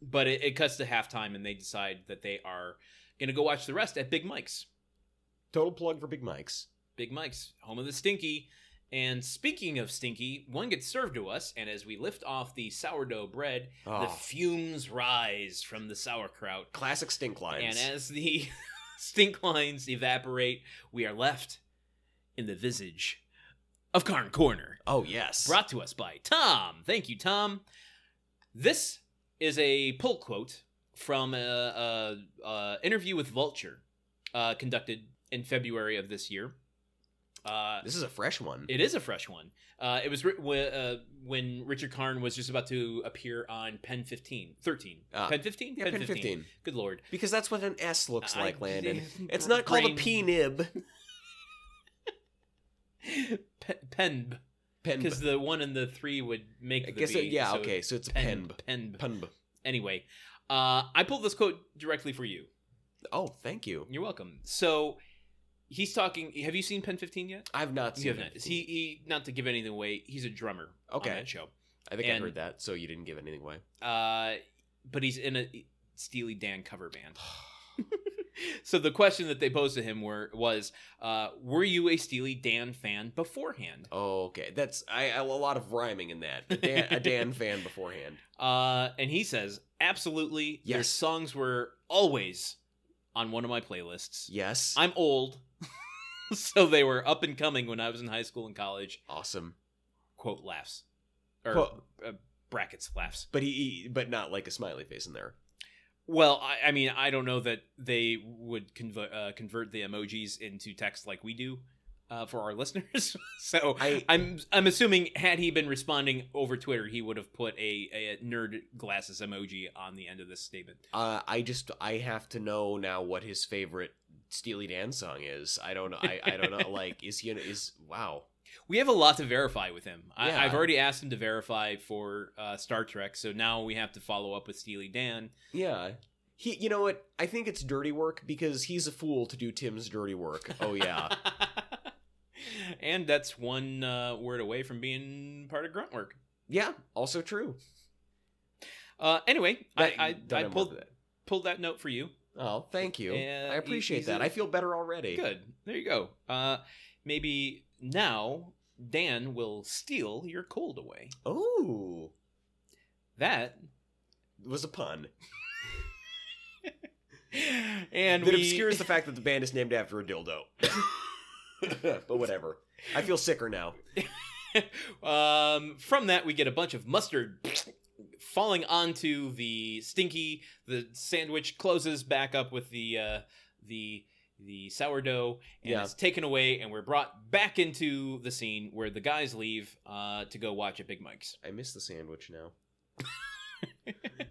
but it, it cuts to halftime, and they decide that they are going to go watch the rest at Big Mike's.
total plug for Big Mike's.
Big Mike's, home of the Stinky. And speaking of Stinky, one gets served to us, and as we lift off the sourdough bread, the
Oh,
fumes rise from the sauerkraut.
classic stink lines.
And as the stink lines evaporate, we are left in the visage of Carn Corner,
oh yes,
brought to us by Tom. Thank you, Tom. This is a pull quote from a, a, a interview with Vulture uh, conducted in February of this year. Uh,
This is a fresh one.
it is a fresh one. Uh, it was ri- wh- uh, when Richard Karn was just about to appear on Pen 15, 13.
Ah.
Pen 15?
yeah, pin 15.
Good lord.
Because that's what an S looks
I-
like, Landon. It's not called a
brain-
P nib.
Pe- Penb.
Penb.
Because the one and the three would make
I
the
guess
B,
it, yeah,
so
okay, so it's a
Penb.
penb.
Penb.
Penb.
Anyway, uh, I pulled this quote directly for you.
Oh, thank you.
You're welcome. So he's talking. Have you seen Pen 15 yet?
I've not
You
seen
have not.
it.
He, he, not to give anything away, he's a drummer
Okay.
on that show.
I think I
and-
heard that, so you didn't give anything away.
Uh, but he's in a Steely Dan cover band. so the question that they posed to him were was, uh, were you a Steely Dan fan beforehand?
Oh, okay, that's I, I a lot of rhyming in that. A Dan, a Dan fan beforehand.
Uh, and he says, absolutely. Their
Yes.
songs were always on one of my playlists.
Yes,
I'm old, so they were up and coming when I was in high school and college.
awesome.
Quote laughs or
Quote-
uh, brackets laughs.
But he, he, but not like a smiley face in there.
Well, I, I mean, I don't know that they would convert uh, convert the emojis into text like we do uh, for our listeners. so
I
I'm I'm assuming had he been responding over Twitter, he would have put a, a nerd glasses emoji on the end of this statement.
uh, I just I have to know now what his favorite Steely Dan song is. I don't I I don't know. Like is he is wow.
We have a lot to verify with him.
Yeah.
I, I've already asked him to verify for uh, Star Trek, so now we have to follow up with Steely Dan.
Yeah. He, you know what? I think it's dirty work because he's a fool to do Tim's dirty work. Oh yeah. Ah.
and that's one uh, word away from being part of grunt work.
yeah, also true.
Uh, anyway,
That-
I,
don't
I, I
ever
pulled
do that.
pulled that note for you.
Oh, thank you.
Uh,
I appreciate
easy.
that. I feel better already.
Good. There you go. Uh, maybe now Dan will steal your cold away.
Oh,
That
was a pun.
and
that
we
obscures the fact that the band is named after a dildo. but whatever. I feel sicker now.
um, from that we get a bunch of mustard falling onto the stinky. The sandwich closes back up with the uh, the the sourdough and
Yeah.
it's taken away, and we're brought back into the scene where the guys leave uh, to go watch at Big Mike's.
I miss the sandwich now.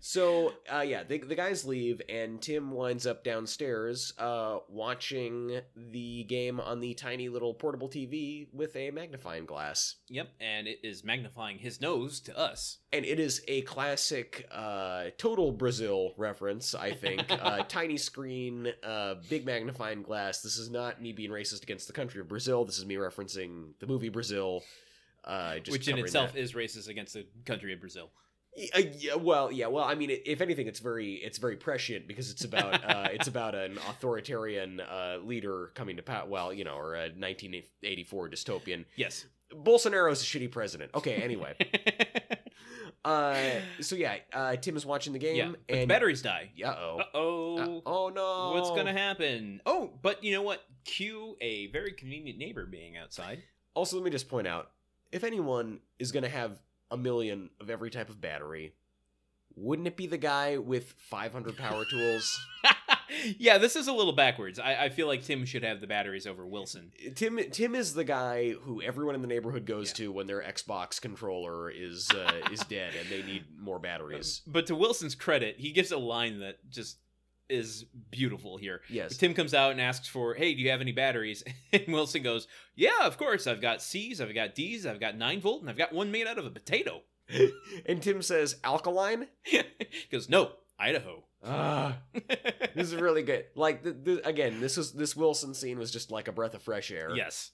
so uh, yeah, the, the guys leave, and Tim winds up downstairs uh, watching the game on the tiny little portable TV with a magnifying glass,
Yep, and it is magnifying his nose to us.
and it is a classic uh, total Brazil reference. I think uh, tiny screen, uh, big magnifying glass. This is not me being racist against the country of Brazil. This is me referencing the movie Brazil. Uh, just
which in
covering
itself
that.
is racist against the country of Brazil.
Uh, yeah, well, yeah, well, I mean, i- if anything, it's very, it's very prescient because it's about, uh, it's about an authoritarian uh, leader coming to power. Well, you know, or a 1984 dystopian.
Yes.
Bolsonaro's a shitty president. Okay, anyway, uh, so yeah, uh, Tim is watching the game,
yeah, but the
and
batteries die.
yeah, oh,
Uh-oh.
oh no,
What's gonna happen? Oh, but you know what? Cue a very convenient neighbor being outside.
Also, let me just point out, if anyone is gonna have a million of every type of battery, wouldn't it be the guy with 500 power tools?
yeah, this is a little backwards. I, I feel like Tim should have the batteries over Wilson.
Tim Tim is the guy who everyone in the neighborhood goes to when their Xbox controller is uh, is dead and they need more batteries.
But to Wilson's credit, he gives a line that just is beautiful here.
Yes.
Tim comes out and asks for, "Hey, do you have any batteries?" And Wilson goes, "Yeah, of course. I've got C's, I've got D's, I've got nine volt, and I've got one made out of a potato."
and Tim says alkaline.
he goes, "No, Idaho."
Ah, this is really good. Like th- th- again, this was this Wilson scene was just like a breath of fresh air.
yes.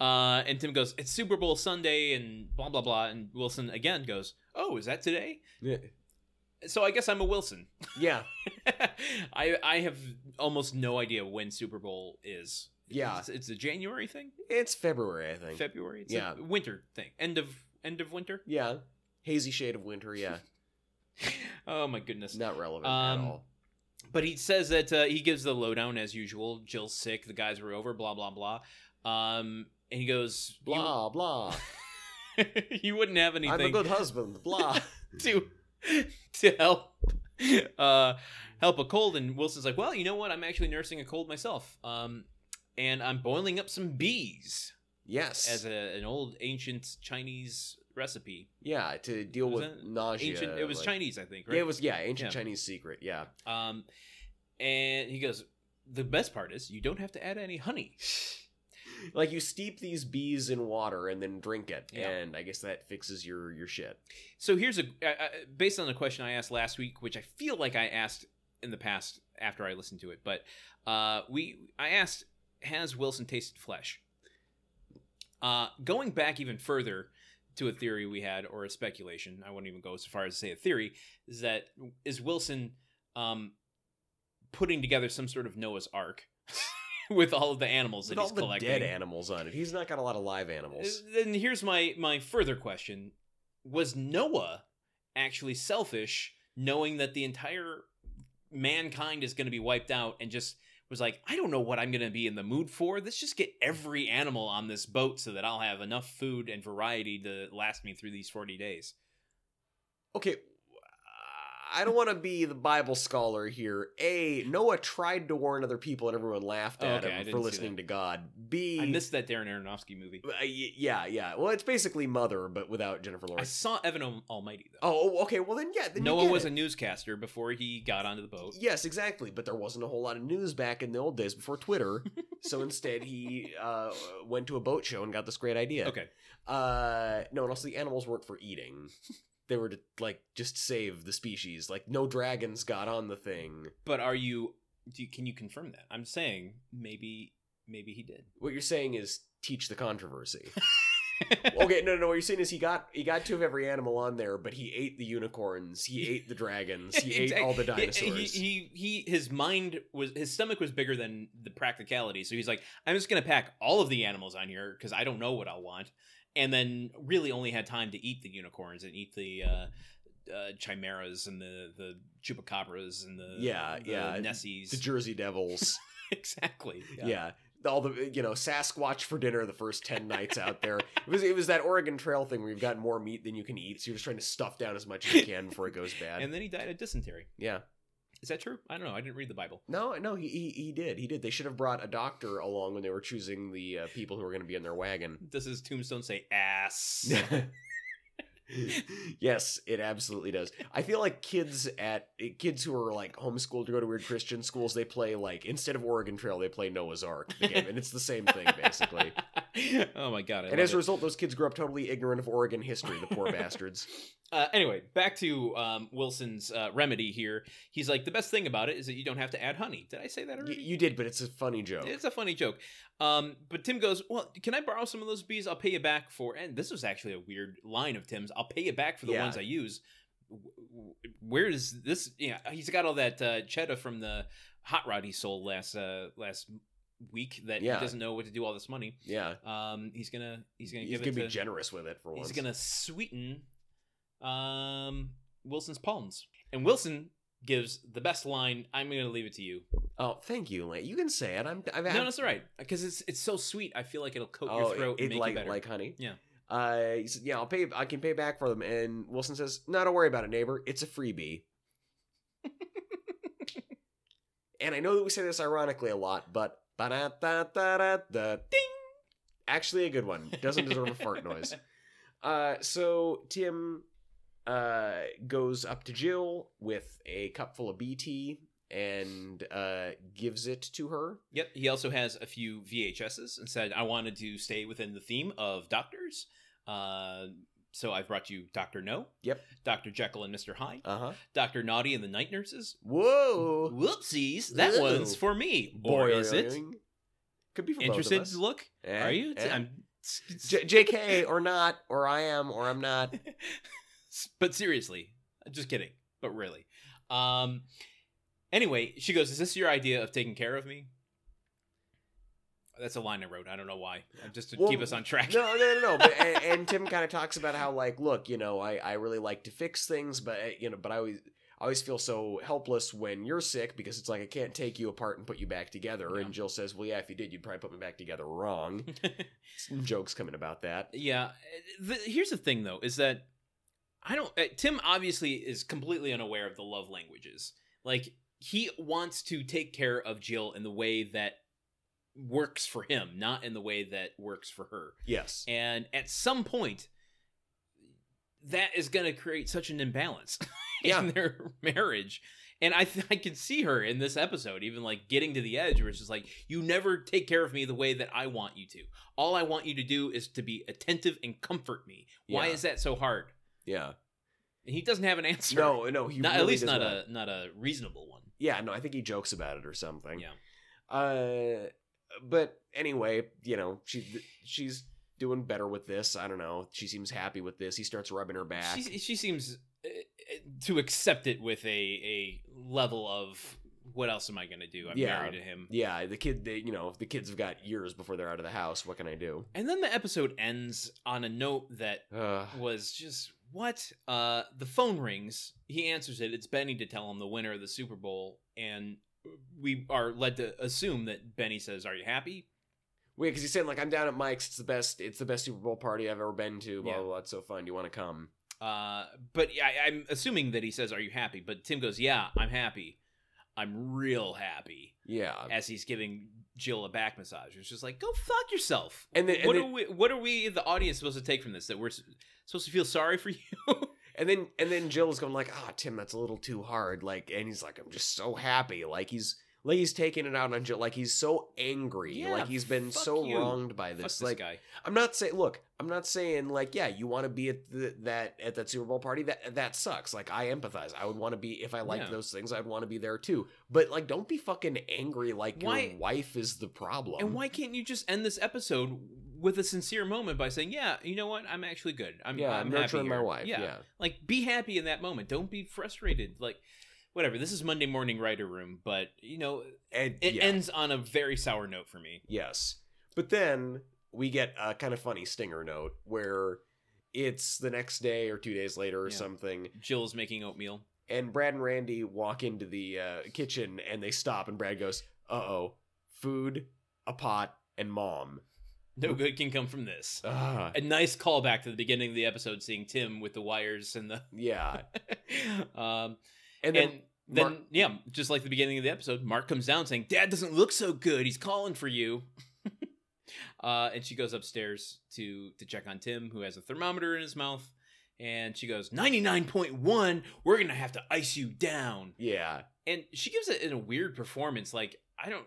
Uh, and Tim goes, "It's Super Bowl Sunday," and blah blah blah. And Wilson again goes, "Oh, is that today?"
Yeah.
So I guess I'm a Wilson.
Yeah.
I I have almost no idea when Super Bowl is.
Yeah.
it's, it's a January thing,
It's February, I think.
February. It's
Yeah.
a winter thing. End of end of winter.
yeah. Hazy shade of winter. Yeah.
oh my goodness.
Not relevant
Um,
at all.
But he says that uh, he gives the lowdown as usual. Jill's sick. The guys were over. Blah blah blah. Um, and he goes, "You-
Blah blah.
you wouldn't have anything
I'm a good husband. Blah.
to to help uh, help a cold. And Wilson's like, well, you know what? I'm actually nursing a cold myself. Um, and I'm boiling up some bees
Yes.
as a, an old ancient Chinese recipe.
yeah, to deal
Was
with
that
nausea.
Ancient, it was
Oh, like-
Chinese, I think, right?
Yeah, it was yeah, ancient
Yeah.
Chinese secret. Yeah.
Um, and he goes, the best part is you don't have to add any honey.
Like you steep these bees in water and then drink it,
Yeah.
and I guess that fixes your your shit.
So here's a I- I- based on the question I asked last week, which I feel like I asked in the past after I listened to it, but uh, we I asked, has Wilson tasted flesh? Uh, going back even further to a theory we had or a speculation, I wouldn't even go so far as to say a theory, is that is Wilson um, putting together some sort of Noah's Ark with all of the animals that
With all
he's
the
collecting?
dead animals on it, he's not got a lot of live animals.
Uh, Then here's my my further question: Was Noah actually selfish, knowing that the entire mankind is going to be wiped out, and just was like, I don't know what I'm going to be in the mood for. Let's just get every animal on this boat so that I'll have enough food and variety to last me through these forty days.
Okay, I don't want to be the Bible scholar here. A Noah tried to warn other people, and everyone laughed
Oh,
at
okay, I
him
didn't
for
see
listening
that.
to God. B
I missed that Darren Aronofsky movie.
Uh, y- yeah, yeah. Well, it's basically Mother, but without Jennifer
I
Lawrence.
saw Evan Al- Almighty though.
Oh, okay. Well, then yeah. Then you
Noah
get
was
it.
a newscaster before he got onto the boat.
Yes, exactly. But there wasn't a whole lot of news back in the old days before Twitter. so instead, he uh, went to a boat show and got this great idea.
Okay.
Uh, no, and also the animals weren't for eating. They were to like just save the species. Like no dragons got on the thing.
But are you, do you? Can you confirm that? I'm saying maybe, maybe he did.
What you're saying is teach the controversy. okay, no, no, no. What you're saying is he got he got two of every animal on there, but he ate the unicorns, he ate the dragons, he ate all the
He- he-
dinosaurs.
He, he, his mind was his stomach was bigger than the practicality, so he's like, I'm just gonna pack all of the animals on here because I don't know what I'll want, and then really only had time to eat the unicorns and eat the. Uh, uh, chimeras and the the chupacabras and the um,
Yeah,
the
yeah.
nessies
the Jersey Devils.
exactly
yeah. All the you know Sasquatch for dinner the first ten nights out there. It was it was that Oregon Trail thing where you've got more meat than you can eat, so you're just trying to stuff down as much as you can before it goes bad.
and then he died of dysentery
yeah,
is that true I don't know I didn't read the Bible
no, no, he, he he did, he did. They should have brought a doctor along when they were choosing the uh, people who were going to be in their wagon.
does his tombstone say ass
yes, it absolutely does. I feel like kids at kids who are like homeschooled to go to weird Christian schools, they play like instead of Oregon Trail, they play Noah's Ark the game, and it's the same thing basically.
oh my god I
and
love
as
it.
a result, those kids grew up totally ignorant of Oregon history. The poor bastards.
Uh, anyway, back to um, Wilson's uh, remedy here. He's like, the best thing about it is that you don't have to add honey. Did I say that
Y-
already?
you did, but it's a funny joke.
It's a funny joke. Um, but Tim goes, well, can I borrow some of those bees? I'll pay you back for. And this was actually a weird line of Tim's. I'll pay you back for the
Yeah.
ones I use. W- w- Where is this? Yeah, he's got all that uh, cheddar from the hot rod he sold last uh, last week. That
Yeah.
he doesn't know what to do with all this money.
yeah,
Um, he's gonna he's gonna
he's
give
gonna
it
be
to
generous with it for once.
He's going to sweeten um, Wilson's palms. And Wilson gives the best line. I'm going to leave it to you.
Oh, thank you, Lane. You can say it. I'm. I've
No, no, it's all right. Because it's, it's so sweet. I feel like it'll coat your throat and make
Oh, like
you better.
like honey.
Yeah.
Uh, he said, yeah, I'll pay. I can pay back for them. And Wilson says, "No, don't worry about it, neighbor. It's a freebie." and I know that we say this ironically a lot, but ba-da-da-da-da-da. ding, actually a good one. Doesn't deserve a fart noise. Uh, so Tim uh goes up to Jill with a cup full of BT and uh gives it to her.
Yep. He also has a few VHSs and said, I wanted to stay within the theme of doctors. Uh, so I've brought you Dr. No.
Yep.
Dr. Jekyll and Mr. Hyde.
Uh huh.
Dr. Naughty and the Night Nurses.
Whoa.
Whoopsies. That
Ooh.
one's for me. Or is it?
Could be for both of
Interested
us.
to look?
Eh,
Are you?
eh.
I'm.
J- JK or not, or I am, or I'm not.
but seriously, just kidding. But really, um. Anyway, she goes, "Is this your idea of taking care of me?" That's a line I wrote. I don't know why. Uh, Just to
Well,
keep us on track.
No, no, no, no. But, and, and Tim kind of talks about how, like, look, you know, I, I really like to fix things, but eh, you know, but I always I always feel so helpless when you're sick because it's like I can't take you apart and put you back together.
Yeah.
And Jill says, well, yeah, if you did, you'd probably put me back together wrong. Some jokes coming about that.
uh, yeah. The, here's the thing, though, is that I don't. Uh, Tim obviously is completely unaware of the love languages. Like he wants to take care of Jill in the way that works for him, not in the way that works for her.
Yes.
And at some point, that is going to create such an imbalance
Yeah.
in their marriage. And I, th- I can see her in this episode, even like getting to the edge where it's just like, you never take care of me the way that I want you to. All I want you to do is to be attentive and comfort me. Why
Yeah.
is that so hard?
Yeah.
And he doesn't have an answer.
No, no, he
Not-
really
at least
does
not a not a reasonable one.
Yeah, no, I think he jokes about it or something.
Yeah.
Uh, but anyway, you know, she she's doing better with this. I don't know. She seems happy with this. He starts rubbing her back.
She, she seems uh, uh, to accept it with a a level of what else am I going to do? I'm
Yeah.
married to him.
yeah, the kid, they, you know, the kids have got years before they're out of the house. What can I do?
And then the episode ends on a note that
Uh,
was just what? Uh, the phone rings. He answers it. It's Benny to tell him the winner of the Super Bowl, and we are led to assume that Benny says, "Are you happy?"
wait, because he's saying like I'm down at Mike's. It's the best. It's the best Super Bowl party I've ever been to. Blah
Yeah.
blah. blah. It's so fun. Do you want to come?
Uh, but I, I'm assuming that he says, "Are you happy?" But Tim goes, "Yeah, I'm happy. I'm real happy."
Yeah.
As he's giving Jill a back massage, it's just like, "Go fuck yourself."
And then, and
what
then-
are we? What are we, the audience, supposed to take from this? That we're s- supposed to feel sorry for you?
And then and then Jill's going like, "Ah, Tim, that's a little too hard." Like, and he's like, "I'm just so happy." Like he's like he's taking it out on Jill. Like he's so angry.
Yeah,
like he's been
fuck
so
you.
wronged by
Fuck
this.
this
like
guy.
I'm not saying, look, I'm not saying like, yeah, you want to be at the, that at that Super Bowl party. That that sucks. Like I empathize. I would want to be if I liked
Yeah.
those things. I'd want to be there too. But like, don't be fucking angry. Like
Why-
your wife is the problem.
And why can't you just end this episode with a sincere moment by saying, "Yeah, you know what? I'm actually good. I'm
yeah,
I'm
I'm,
happy
nurturing my
here."
wife. Yeah.
like be happy in that moment. Don't be frustrated. Like whatever. This is Monday morning writer room, but you know
And
it
yeah.
ends on a very sour note for me.
Yes. But then we get a kind of funny stinger note where it's the next day or two days later or
Yeah.
something,
Jill's making oatmeal.
and Brad and Randy walk into the uh, kitchen and they stop, and Brad goes, "Uh oh, food, a pot, and mom."
No good can come from this.
Ah,
A nice callback to the beginning of the episode, seeing Tim with the wires and the.
yeah.
um, and
And then
then, then
Mark-
yeah, just like the beginning of the episode, Mark comes down saying, "Dad doesn't look so good. He's calling for you." uh, and she goes upstairs to to check on Tim, who has a thermometer in his mouth, and she goes, "99.1. We're gonna have to ice you down."
yeah,
And she gives it in a weird performance. Like I don't.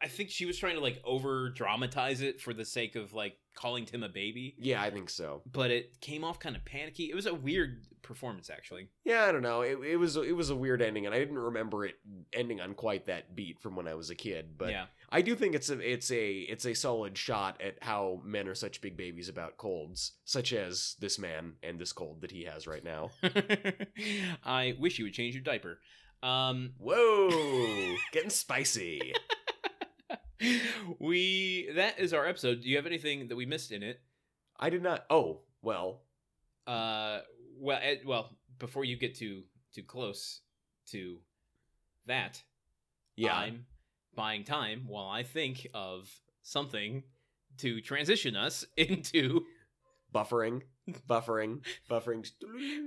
I think she was trying to like over dramatize it for the sake of like calling Tim a baby,
yeah, I think so.
but it came off kind of panicky. It was a weird performance, actually.
Yeah, I don't know. It, it was it was a weird ending, and I didn't remember it ending on quite that beat from when I was a kid. But
yeah,
I do think it's a it's a it's a solid shot at how men are such big babies about colds, such as this man and this cold that he has right now.
I wish you would change your diaper. Um,
Whoa, getting spicy.
we that is our episode. Do you have anything that we missed in it?
I did not. Oh well,
Uh, well, eh, well, before you get too too close to that,
yeah,
I'm buying time while I think of something to transition us into.
buffering, buffering, buffering.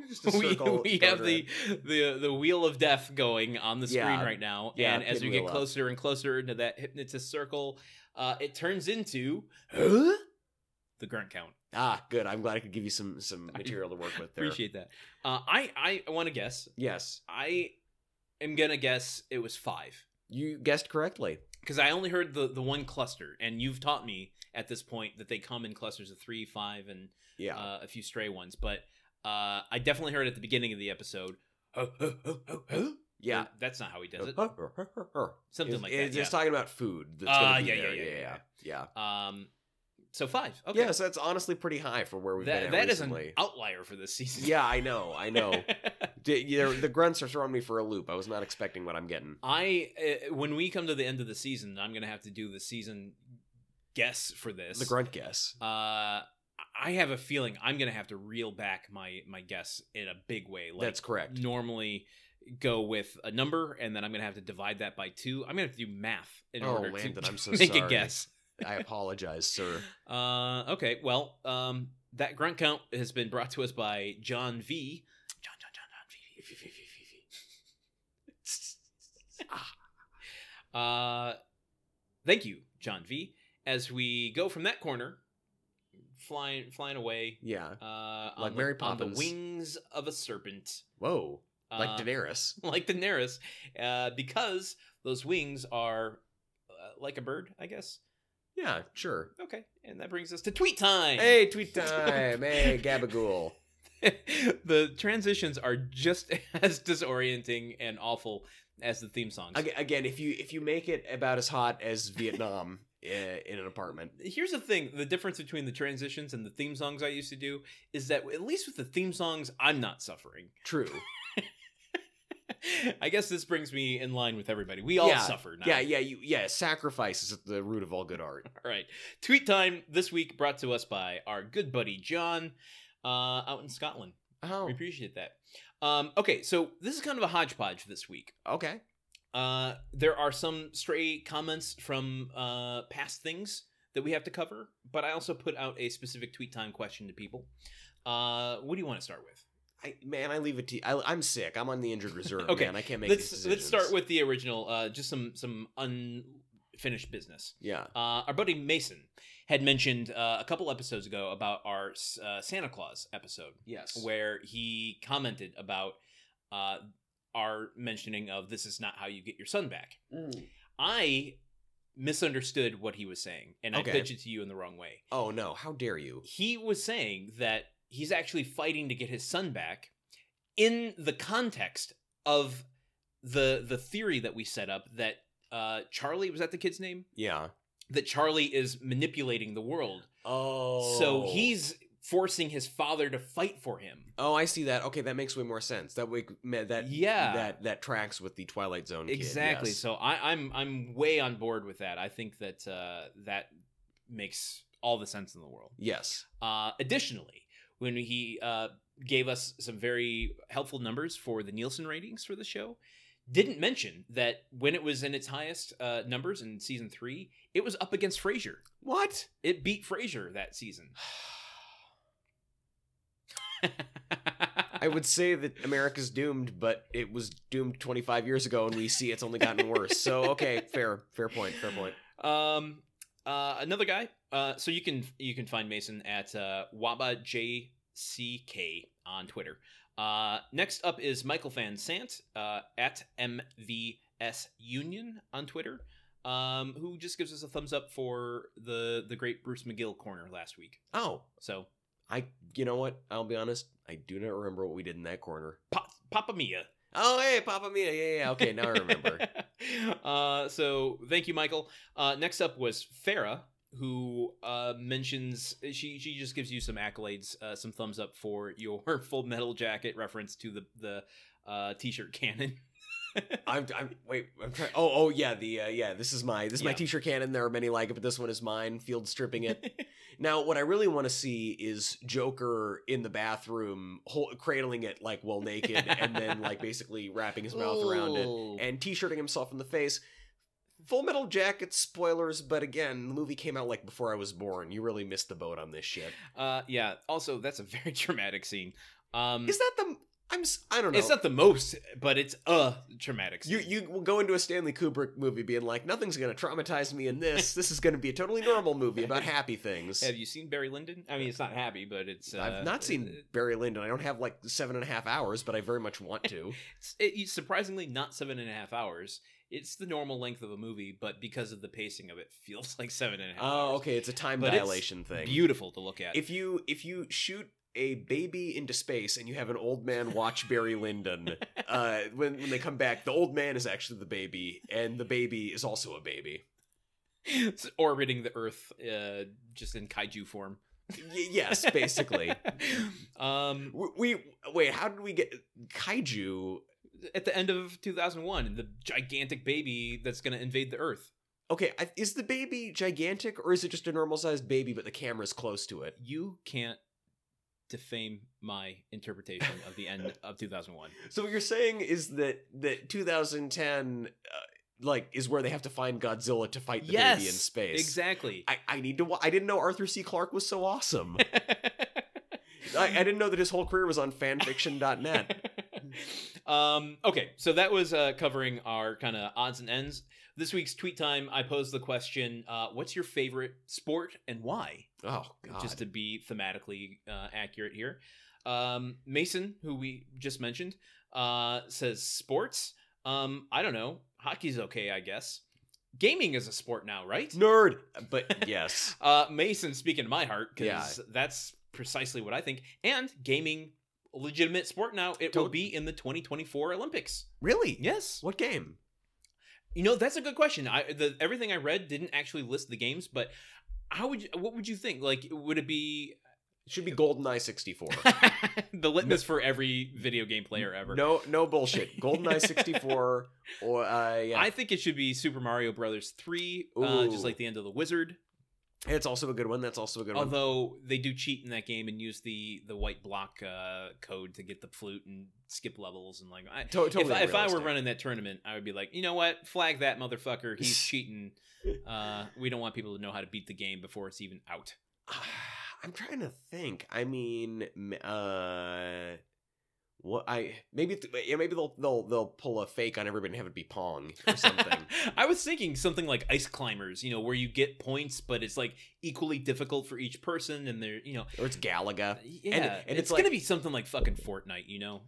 Just a
we
circle
we
going
have the the the wheel of death going on the screen
Yeah.
right now,
Yeah,
and as we
pinwheel
get
up.
closer and closer into that hypnotist circle, uh, it turns into huh? the grunt count.
around. ah good. I'm glad I could give you some some material to work with there.
Appreciate that. Uh, I I want to guess.
Yes,
I am gonna guess it was five
you guessed correctly.
because I only heard the the one cluster, and you've taught me at this point that they come in clusters of three, five, and
Yeah,
uh, a few stray ones. But uh, I definitely heard at the beginning of the episode. Huh, huh, huh, huh, huh.
yeah.
Uh, that's not how he does it. Something
Something
like that.
It's
Yeah.
just talking about food. That's
Ah,
gonna be
yeah,
there.
yeah, yeah,
yeah,
yeah.
yeah, yeah.
um, so five. Okay.
Yeah, so that's honestly pretty high for where we've been
that
at
that is
recently.
an outlier for this season.
yeah, I know, I know. D- yeah, the grunts are throwing me for a loop. I was not expecting what I'm getting.
I uh, when we come to the end of the season, I'm gonna have to do the season guess for this.
The grunt guess.
Uh, I have a feeling I'm gonna have to reel back my my guess in a big way. Like
that's correct.
normally go with a number, and then I'm gonna have to divide that by two. I'm gonna have to do math in
Oh,
order
Landon,
to
I'm so
make a
sorry.
guess.
I apologize, sir.
Uh, okay, well, um, That grunt count has been brought to us by John V. John, John, John, John V. V, V, V, V, V, V. Ah. Uh, thank you, John V. As we go from that corner, flying flying away,
Yeah.
uh, on
Like
the-
Mary
on the
Poppins.
wings of a serpent,
Whoa. Like
uh,
Daenerys.
like Daenerys, uh, because those wings are uh, like a bird, I guess.
Yeah, sure.
Okay, and that brings us to tweet time.
Hey, tweet time. hey, Gabagool.
the transitions are just as disorienting and awful as the theme songs.
Aga- Again, if you if you make it about as hot as Vietnam i- in an apartment,
Here's the thing: the difference between the transitions and the theme songs I used to do is that at least with the theme songs, I'm not suffering.
true.
I guess this brings me in line with everybody. We all
Yeah.
suffer now.
Yeah, yeah, you, yeah. Sacrifice is at the root of all good art.
All right. Tweet time this week brought to us by our good buddy John uh, out in Scotland.
Oh,
We appreciate that. Um, okay, so this is kind of a hodgepodge this week.
okay.
Uh, there are some stray comments from uh, past things that we have to cover, but I also put out a specific tweet time question to people. Uh, what do you want to start with?
I, man, I leave it to. you. I, I'm sick. I'm on the injured reserve.
Okay,
man. I can't make. these
let's
decisions.
let's start with the original. Uh, just some some unfinished business.
Yeah.
Uh, our buddy Mason had mentioned uh, a couple episodes ago about our uh, Santa Claus episode,
Yes.
where he commented about uh, our mentioning of this is not how you get your son back. I misunderstood what he was saying, and
Okay.
I pitched it to you in the wrong way.
Oh no! How dare you?
He was saying that he's actually fighting to get his son back in the context of the the theory that we set up that uh, Charlie was that the kid's name
Yeah.
that Charlie is manipulating the world,
Oh.
so he's forcing his father to fight for him.
Oh, I see that. Okay, that makes way more sense. That way, ma- that
Yeah.
that that tracks with the Twilight Zone. kid,
Exactly.
yes.
So I, I'm I'm way on board with that. I think that uh, that makes all the sense in the world.
Yes.
Uh, additionally, when he uh, gave us some very helpful numbers for the Nielsen ratings for the show, didn't mention that when it was in its highest uh, numbers in season three, it was up against Frasier.
What?
It beat Frasier that season.
I would say that America's doomed, but it was doomed 25 years ago, and we see it's only gotten worse. So, okay, fair, fair point, fair point.
Um, uh, another guy. Uh, so you can you can find Mason at uh, Waba JCK on Twitter. Uh, next up is Michael Van Sant uh, at MVS Union on Twitter, um, who just gives us a thumbs up for the the great Bruce McGill corner last week.
Oh,
So
I, you know what? I'll be honest. I do not remember what we did in that corner.
pa- Papa Mia.
Oh, hey, Papa Mia, yeah, yeah. Okay, now I remember.
uh, so thank you, Michael. Uh, next up was Farah, who uh, mentions she she just gives you some accolades, uh, some thumbs up for your Full Metal Jacket reference to the the uh, t-shirt cannon.
I'm, I'm wait. I'm trying. Oh, oh yeah, the uh, yeah. This is my this is my
Yeah.
t-shirt cannon. There are many like it, but this one is mine. Field stripping it. Now, what I really want to see is Joker in the bathroom, hol- cradling it like well naked, and then like basically wrapping his mouth around it
Ooh.
and t-shirting himself in the face. Full Metal Jacket spoilers, but again, the movie came out like before I was born. You really missed the boat on this shit.
Uh, yeah. Also, that's a very dramatic scene. Um,
Is that the? I'm. s- I don't know.
it's not the most, but it's a traumatic
you
scene.
you will go into a Stanley Kubrick movie being like, nothing's gonna traumatize me in this. This is gonna be a totally normal movie about happy things.
have you seen Barry Lyndon? I mean, it's not happy, but it's. Uh,
I've not seen Barry Lyndon. I don't have like seven and a half hours, but I very much want to.
It's- it- it's surprisingly not seven and a half hours. It's the normal length of a movie, but because of the pacing of it, feels like seven and a half.
Oh,
hours.
okay. It's a time
But it's
dilation thing.
Beautiful to look at.
if you if you shoot a baby into space and you have an old man watch Barry Lyndon, uh, when when they come back, the old man is actually the baby, and the baby is also a baby.
it's orbiting the Earth, uh, just in kaiju form.
Y- yes, basically.
um,
We, we wait. How did we get kaiju?
at the end of 2001, the gigantic baby that's going to invade the Earth.
Okay, I- is the baby gigantic or is it just a normal sized baby, but the camera's close to it?
You can't defame my interpretation of the end of 2001.
So what you're saying is that that 2010, uh, like, is where they have to find Godzilla to fight the
Yes,
baby in space.
Exactly.
I, I need to. Wa- I didn't know Arthur C. Clarke was so awesome. I, I didn't know that his whole career was on fanfiction.net.
um, okay, so that was uh, covering our kind of odds and ends. This week's tweet time, I posed the question: uh, What's your favorite sport and why?
Oh god.
Just to be thematically uh, accurate here, um, Mason, who we just mentioned, uh, says sports. Um, I don't know. Hockey's okay, I guess. Gaming is a sport now, right?
nerd. But yes.
Uh, Mason, speaking to my heart, because
Yeah.
that's precisely what I think. And gaming, legitimate sport now. It will
Tot-
be in the 2024 Olympics.
really?
Yes.
What game?
You know, that's a good question. I the, everything I read didn't actually list the games, but how would you, what would you think? Like, would it be
It should be GoldenEye 64.
the litmus for every video game player ever?
No no bullshit. GoldenEye 64 or uh yeah.
I think it should be Super Mario Brothers 3, uh, just
Ooh.
like the end of the Wizard.
it's also a good one. That's also a good one.
Although they do cheat in that game and use the the white block uh, code to get the flute and skip levels and like I,
To- totally
if, I- if I were
unrealistic.
running that tournament, I would be like, you know what, flag that motherfucker. He's cheating. Uh, we don't want people to know how to beat the game before it's even out.
I'm trying to think. I mean, m- uh, what I maybe th- yeah, maybe they'll they'll they'll pull a fake on everybody and have it be Pong or something.
I was thinking something like ice climbers, you know, where you get points, but it's like equally difficult for each person, and they're you know,
or it's Galaga.
yeah, it's,
and Uh, it's
gonna
like-
be something like fucking Fortnite, you know,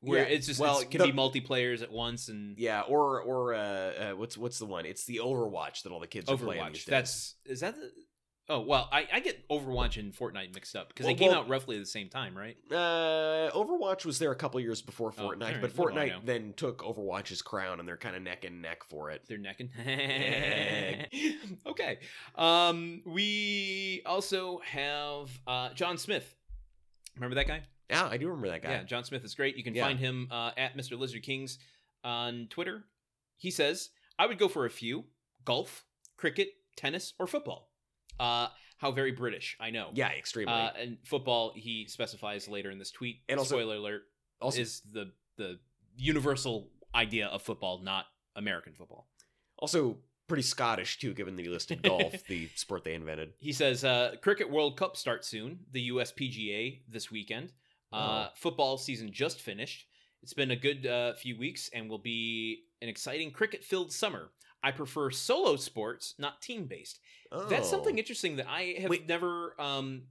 where
Yeah,
it's just
well,
it can
the-
be multiplayers at once and
Yeah, or or uh, uh, what's what's the one? It's the Overwatch that all the kids are playing.
Overwatch.
these days.
That's is that the Oh well, I, I get Overwatch and Fortnite mixed up because
Well,
they came
well-
out roughly at the same time, right?
uh, Overwatch was there a couple years before
Oh,
Fortnite,
alright,
but
what do I know?
Fortnite then took Overwatch's crown, and they're kind of neck and neck for it.
They're necking.
Yeah.
okay. Um, we also have uh, John Smith. Remember that guy?
Yeah, Ah, I do remember that guy.
Yeah, John Smith is great. You can
Yeah.
find him uh, at Mr. Lizard Kings on Twitter. He says, I would go for a few golf, cricket, tennis, or football. Uh, how very British, I know.
Yeah, extremely.
Uh, and football, he specifies later in this tweet.
And also-
spoiler alert,
also,
is the, the universal idea of football, not American football.
also pretty Scottish too, given that he listed golf, the sport they invented.
He says, uh, Cricket World Cup starts soon, the USPGA this weekend. Uh,
Oh.
Football season just finished. It's been a good uh, few weeks and will be an exciting cricket filled summer. I prefer solo sports, not team based. That's
Oh.
something interesting that I have
Wait.
never um,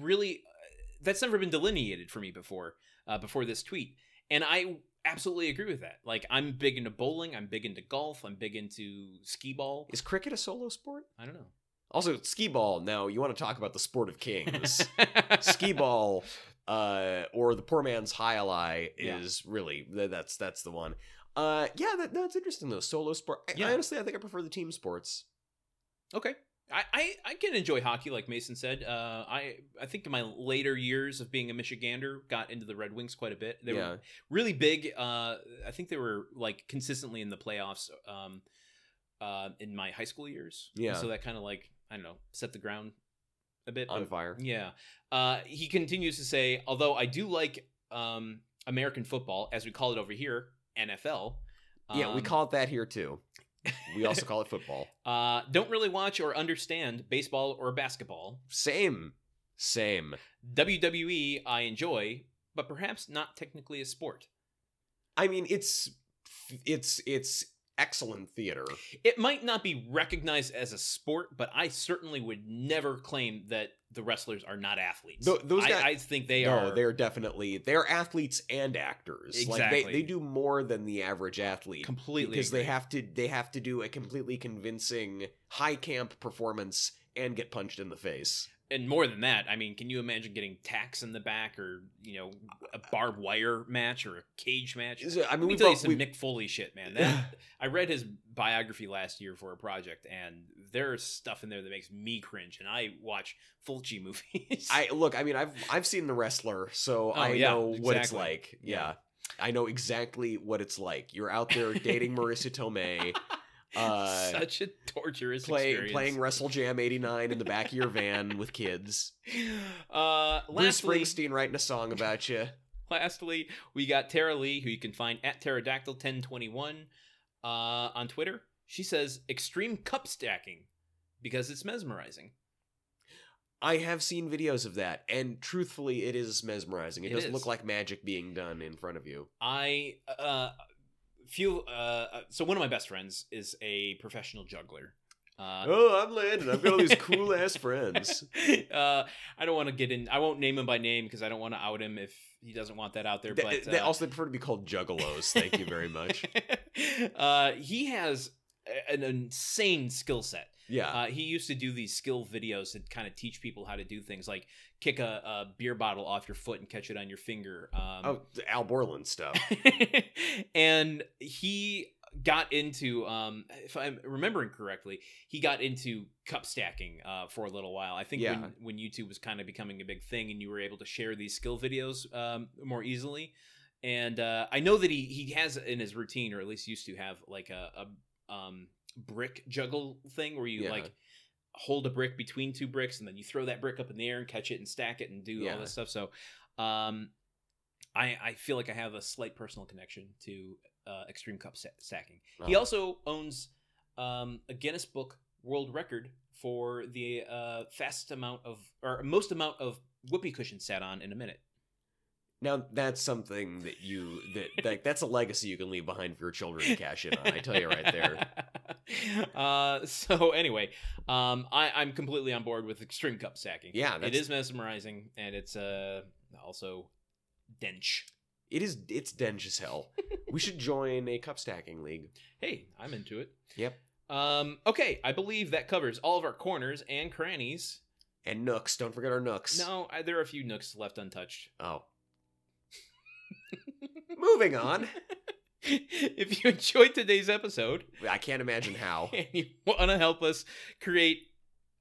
really, uh, that's never been delineated for me before, uh, before this tweet. And I absolutely agree with that. Like, I'm big into bowling, I'm big into golf, I'm big into skee ball.
Is cricket a solo sport?
I don't know.
Also, skee ball. Now, you want to talk about the sport of kings. skee ball uh, or the poor man's high ally
Yeah.
is really th- that's that's the one. Uh, yeah, that, that's interesting though. Solo sport. I,
Yeah.
I honestly, I think I prefer the team sports.
Okay. I, I, I can enjoy hockey, like Mason said. Uh, I I think in my later years of being a Michigander, got into the Red Wings quite a bit. They
yeah,
were really big. Uh, I think they were like consistently in the playoffs. Um, uh, in my high school years.
Yeah.
So that kind of like I don't know set the ground a bit.
on
but-
fire.
yeah. Uh, he continues to say, although I do like um, American football, as we call it over here, NFL.
yeah, we
um,
call it that here too. We also call it football.
Uh, don't really watch or understand baseball or basketball.
Same, same.
WWE E I enjoy, but perhaps not technically a sport.
I mean, it's it's it's excellent theater.
It might not be recognized as a sport, but I certainly would never claim that the wrestlers are not athletes.
Tho- those
I,
guys-
I think they
no,
are
they're definitely they're athletes and actors. Like
Exactly.
they, they do more than the average athlete.
completely
because they
agree.
have to they have to do a completely convincing high camp performance and get punched in the face.
and more than that. I mean, can you imagine getting tacks in the back, or you know, a barbed wire match or a cage match?
Is it- I mean,
Let me
we
tell you
both,
some
we,
Mick Foley shit, man. That, I read his biography last year for a project, and there's stuff in there that makes me cringe. And I watch Fulci movies.
I look. I mean, I've I've seen the wrestler, so
Oh,
I
yeah,
know what it's
exactly.
like. Yeah.
Yeah.
I know exactly what it's like. You're out there dating Marissa Tomei, uh,
such a torturous
play,
experience.
playing Wrestle Jam '89 in the back of your van with kids.
Uh,
Bruce
lastly,
Springsteen writing a song about you.
lastly, we got Tara Lee, who you can find at pterodactyl1021 uh, on Twitter. She says extreme cup stacking because it's mesmerizing.
I have seen videos of that, and truthfully, it is mesmerizing. It,
It
does
is.
look like magic being done in front of you.
I uh few uh so one of my best friends is a professional juggler. Uh,
oh, I'm Landon. I've got all these cool ass friends.
uh I don't want to get in I won't name him by name because I don't want to out him if he doesn't want that out there
They-
but
they
uh,
also prefer to be called juggalos. Thank you very much.
uh he has a- an insane skill set.
Yeah.
Uh, he used to do these skill videos that kind of teach people how to do things like kick a, a beer bottle off your foot and catch it on your finger. Um,
oh, the Al Borland stuff.
and he got into um if i'm remembering correctly he got into cup stacking uh for a little while i think
Yeah.
when, when youtube was kind of becoming a big thing and you were able to share these skill videos um more easily and uh i know that he he has in his routine or at least used to have like a, a um brick juggle thing where you
Yeah.
like hold a brick between two bricks and then you throw that brick up in the air and catch it and stack it and do
Yeah.
all this stuff so um I, I feel like I have a slight personal connection to uh, extreme cup sta- stacking. He
Oh.
also owns um, a Guinness Book World Record for the uh, fast amount of or most amount of whoopee cushion sat on in a minute.
Now that's something that you that like that's a legacy you can leave behind for your children to cash in on. I tell you right there.
uh, so anyway, um, I, I'm completely on board with extreme cup stacking.
Yeah,
it
that's-
is mesmerizing and it's uh, also dench.
It is it's dense as hell. We should join a cup stacking league.
hey, I'm into it.
Yep.
Um, okay, I believe that covers all of our corners and crannies.
And nooks. Don't forget our nooks.
No, I, there are a few nooks left untouched.
Oh. Moving on.
if you enjoyed today's episode
I can't imagine how.
and you want to help us create,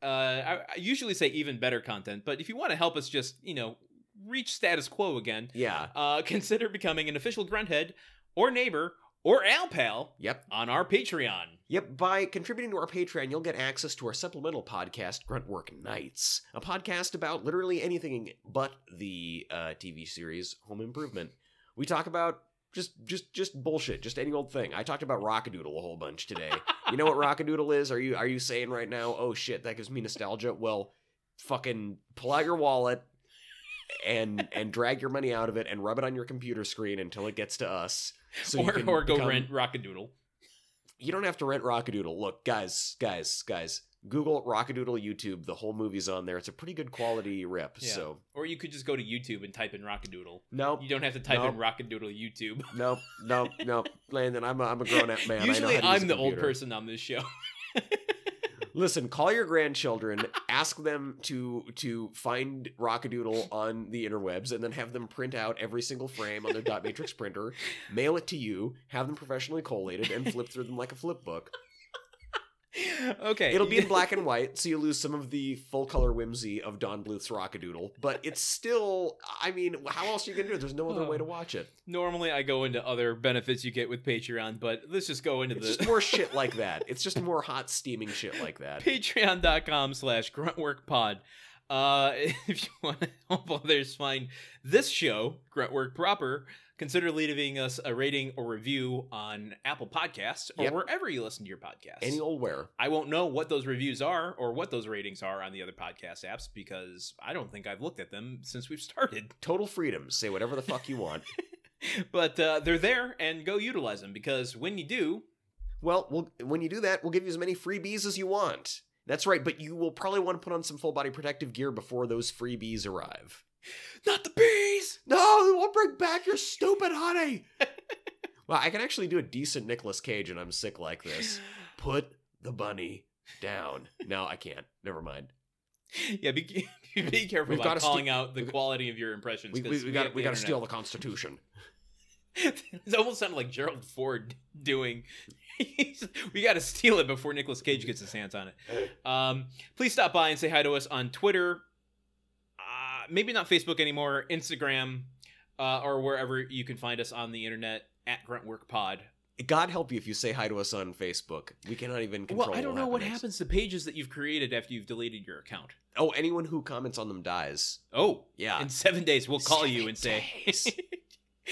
uh, I, I usually say even better content, but if you want to help us just, you know, reach status quo again,
Yeah.
uh, consider becoming an official grunthead or neighbor or al pal
Yep.
on our Patreon.
Yep. By contributing to our Patreon, you'll get access to our supplemental podcast, Gruntwork Nights, a podcast about literally anything but the uh, TV series Home Improvement. We talk about just just just bullshit, just any old thing. I talked about Rockadoodle a whole bunch today. you know what Rockadoodle is? Are you are you saying right now? Oh shit, that gives me nostalgia. Well, fucking pull out your wallet. And and drag your money out of it and rub it on your computer screen until it gets to us. So you
or,
can
or go
become-
rent Rockadoodle.
you don't have to rent Rockadoodle. Look, guys, guys, guys, Google Rockadoodle YouTube. The whole movie's on there. It's a pretty good quality rip.
Yeah.
So
Or you could just go to YouTube and type in Rockadoodle.
nope,
You don't have to type
Nope.
in Rockadoodle YouTube.
nope, nope, nope. Landon, I'm a, I'm a grown up man. I know
Usually,
how to use
I'm
a
the old
computer.
person on this show.
Listen, call your grandchildren, ask them to to find Rockadoodle on the interwebs, and then have them print out every single frame on their dot matrix printer, mail it to you, have them professionally collated, and flip through them like a flip book.
okay,
It'll be in black and white, so you lose some of the full color whimsy of Don Bluth's Rockadoodle, but it's still, I mean, how else are you going to do it? There's no other way to watch it.
Normally, I go into other benefits you get with Patreon, but let's just go into
It's
the
just more shit like that. It's just more hot, steaming shit like that.
patreon.com slash gruntworkpod. Uh, if you want to help others find this show, Gruntwork Proper, consider leaving us a rating or review on Apple Podcasts or
Yep.
wherever you listen to your podcasts.
Any old where.
I won't know what those reviews are or what those ratings are on the other podcast apps because I don't think I've looked at them since we've started.
Total freedom. Say whatever the fuck you want.
But uh, they're there and go utilize them because when you do,
Well, we'll when you do that, we'll give you as many freebies as you want. That's right, but you will probably want to put on some full body protective gear before those freebies arrive.
not the bees!
No, we won't bring back your stupid honey. well, I can actually do a decent Nicolas Cage, and I'm sick like this. put the bunny down. No, I can't. Never mind.
Yeah, be, be careful
We've
about
gotta
calling
steal-
out the
we-
quality of your impressions.
We,
'cause
we, we got
have
we
the
got to steal
internet.
the Constitution.
it almost sounded like Gerald Ford doing. we got to steal it before Nicolas Cage gets his hands on it. Um, please stop by and say hi to us on Twitter. Uh, maybe not Facebook anymore, Instagram, uh, or wherever you can find us on the internet at Gruntwork Pod.
God help you if you say hi to us on Facebook. We cannot even control.
well, I don't
will
know what
happen next.
happens to pages that you've created after you've deleted your account.
Oh, anyone who comments on them dies.
Oh,
Yeah.
in seven days we'll call you
Seven
and say,
days.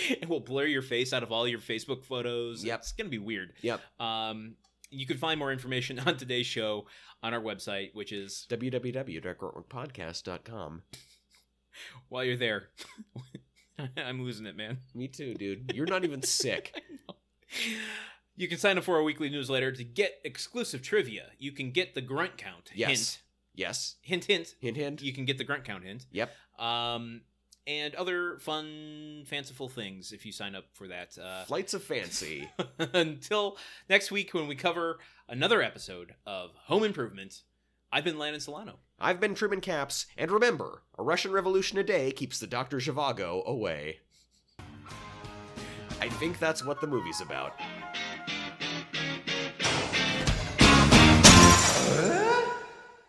and we'll blur your face out of all your Facebook photos.
Yep.
it's gonna be weird.
Yep.
Um, You can find more information on today's show on our website, which is
www.darkworkpodcast.com.
while you're there. I'm losing it, man.
Me too, dude. You're not even sick.
You can sign up for our weekly newsletter to get exclusive trivia. You can get the grunt count.
Yes. Yes.
Hint. Hint,
Hint,
hint.
hint.
You can get the grunt count hint.
Yep.
Um, and other fun, fanciful things if you sign up for that. Uh,
Flights of Fancy.
until next week when we cover another episode of Home Improvement, I've been Landon Solano.
I've been Truman Caps, and remember, a Russian Revolution a day keeps the Dr. Zhivago away. I think that's what the movie's about.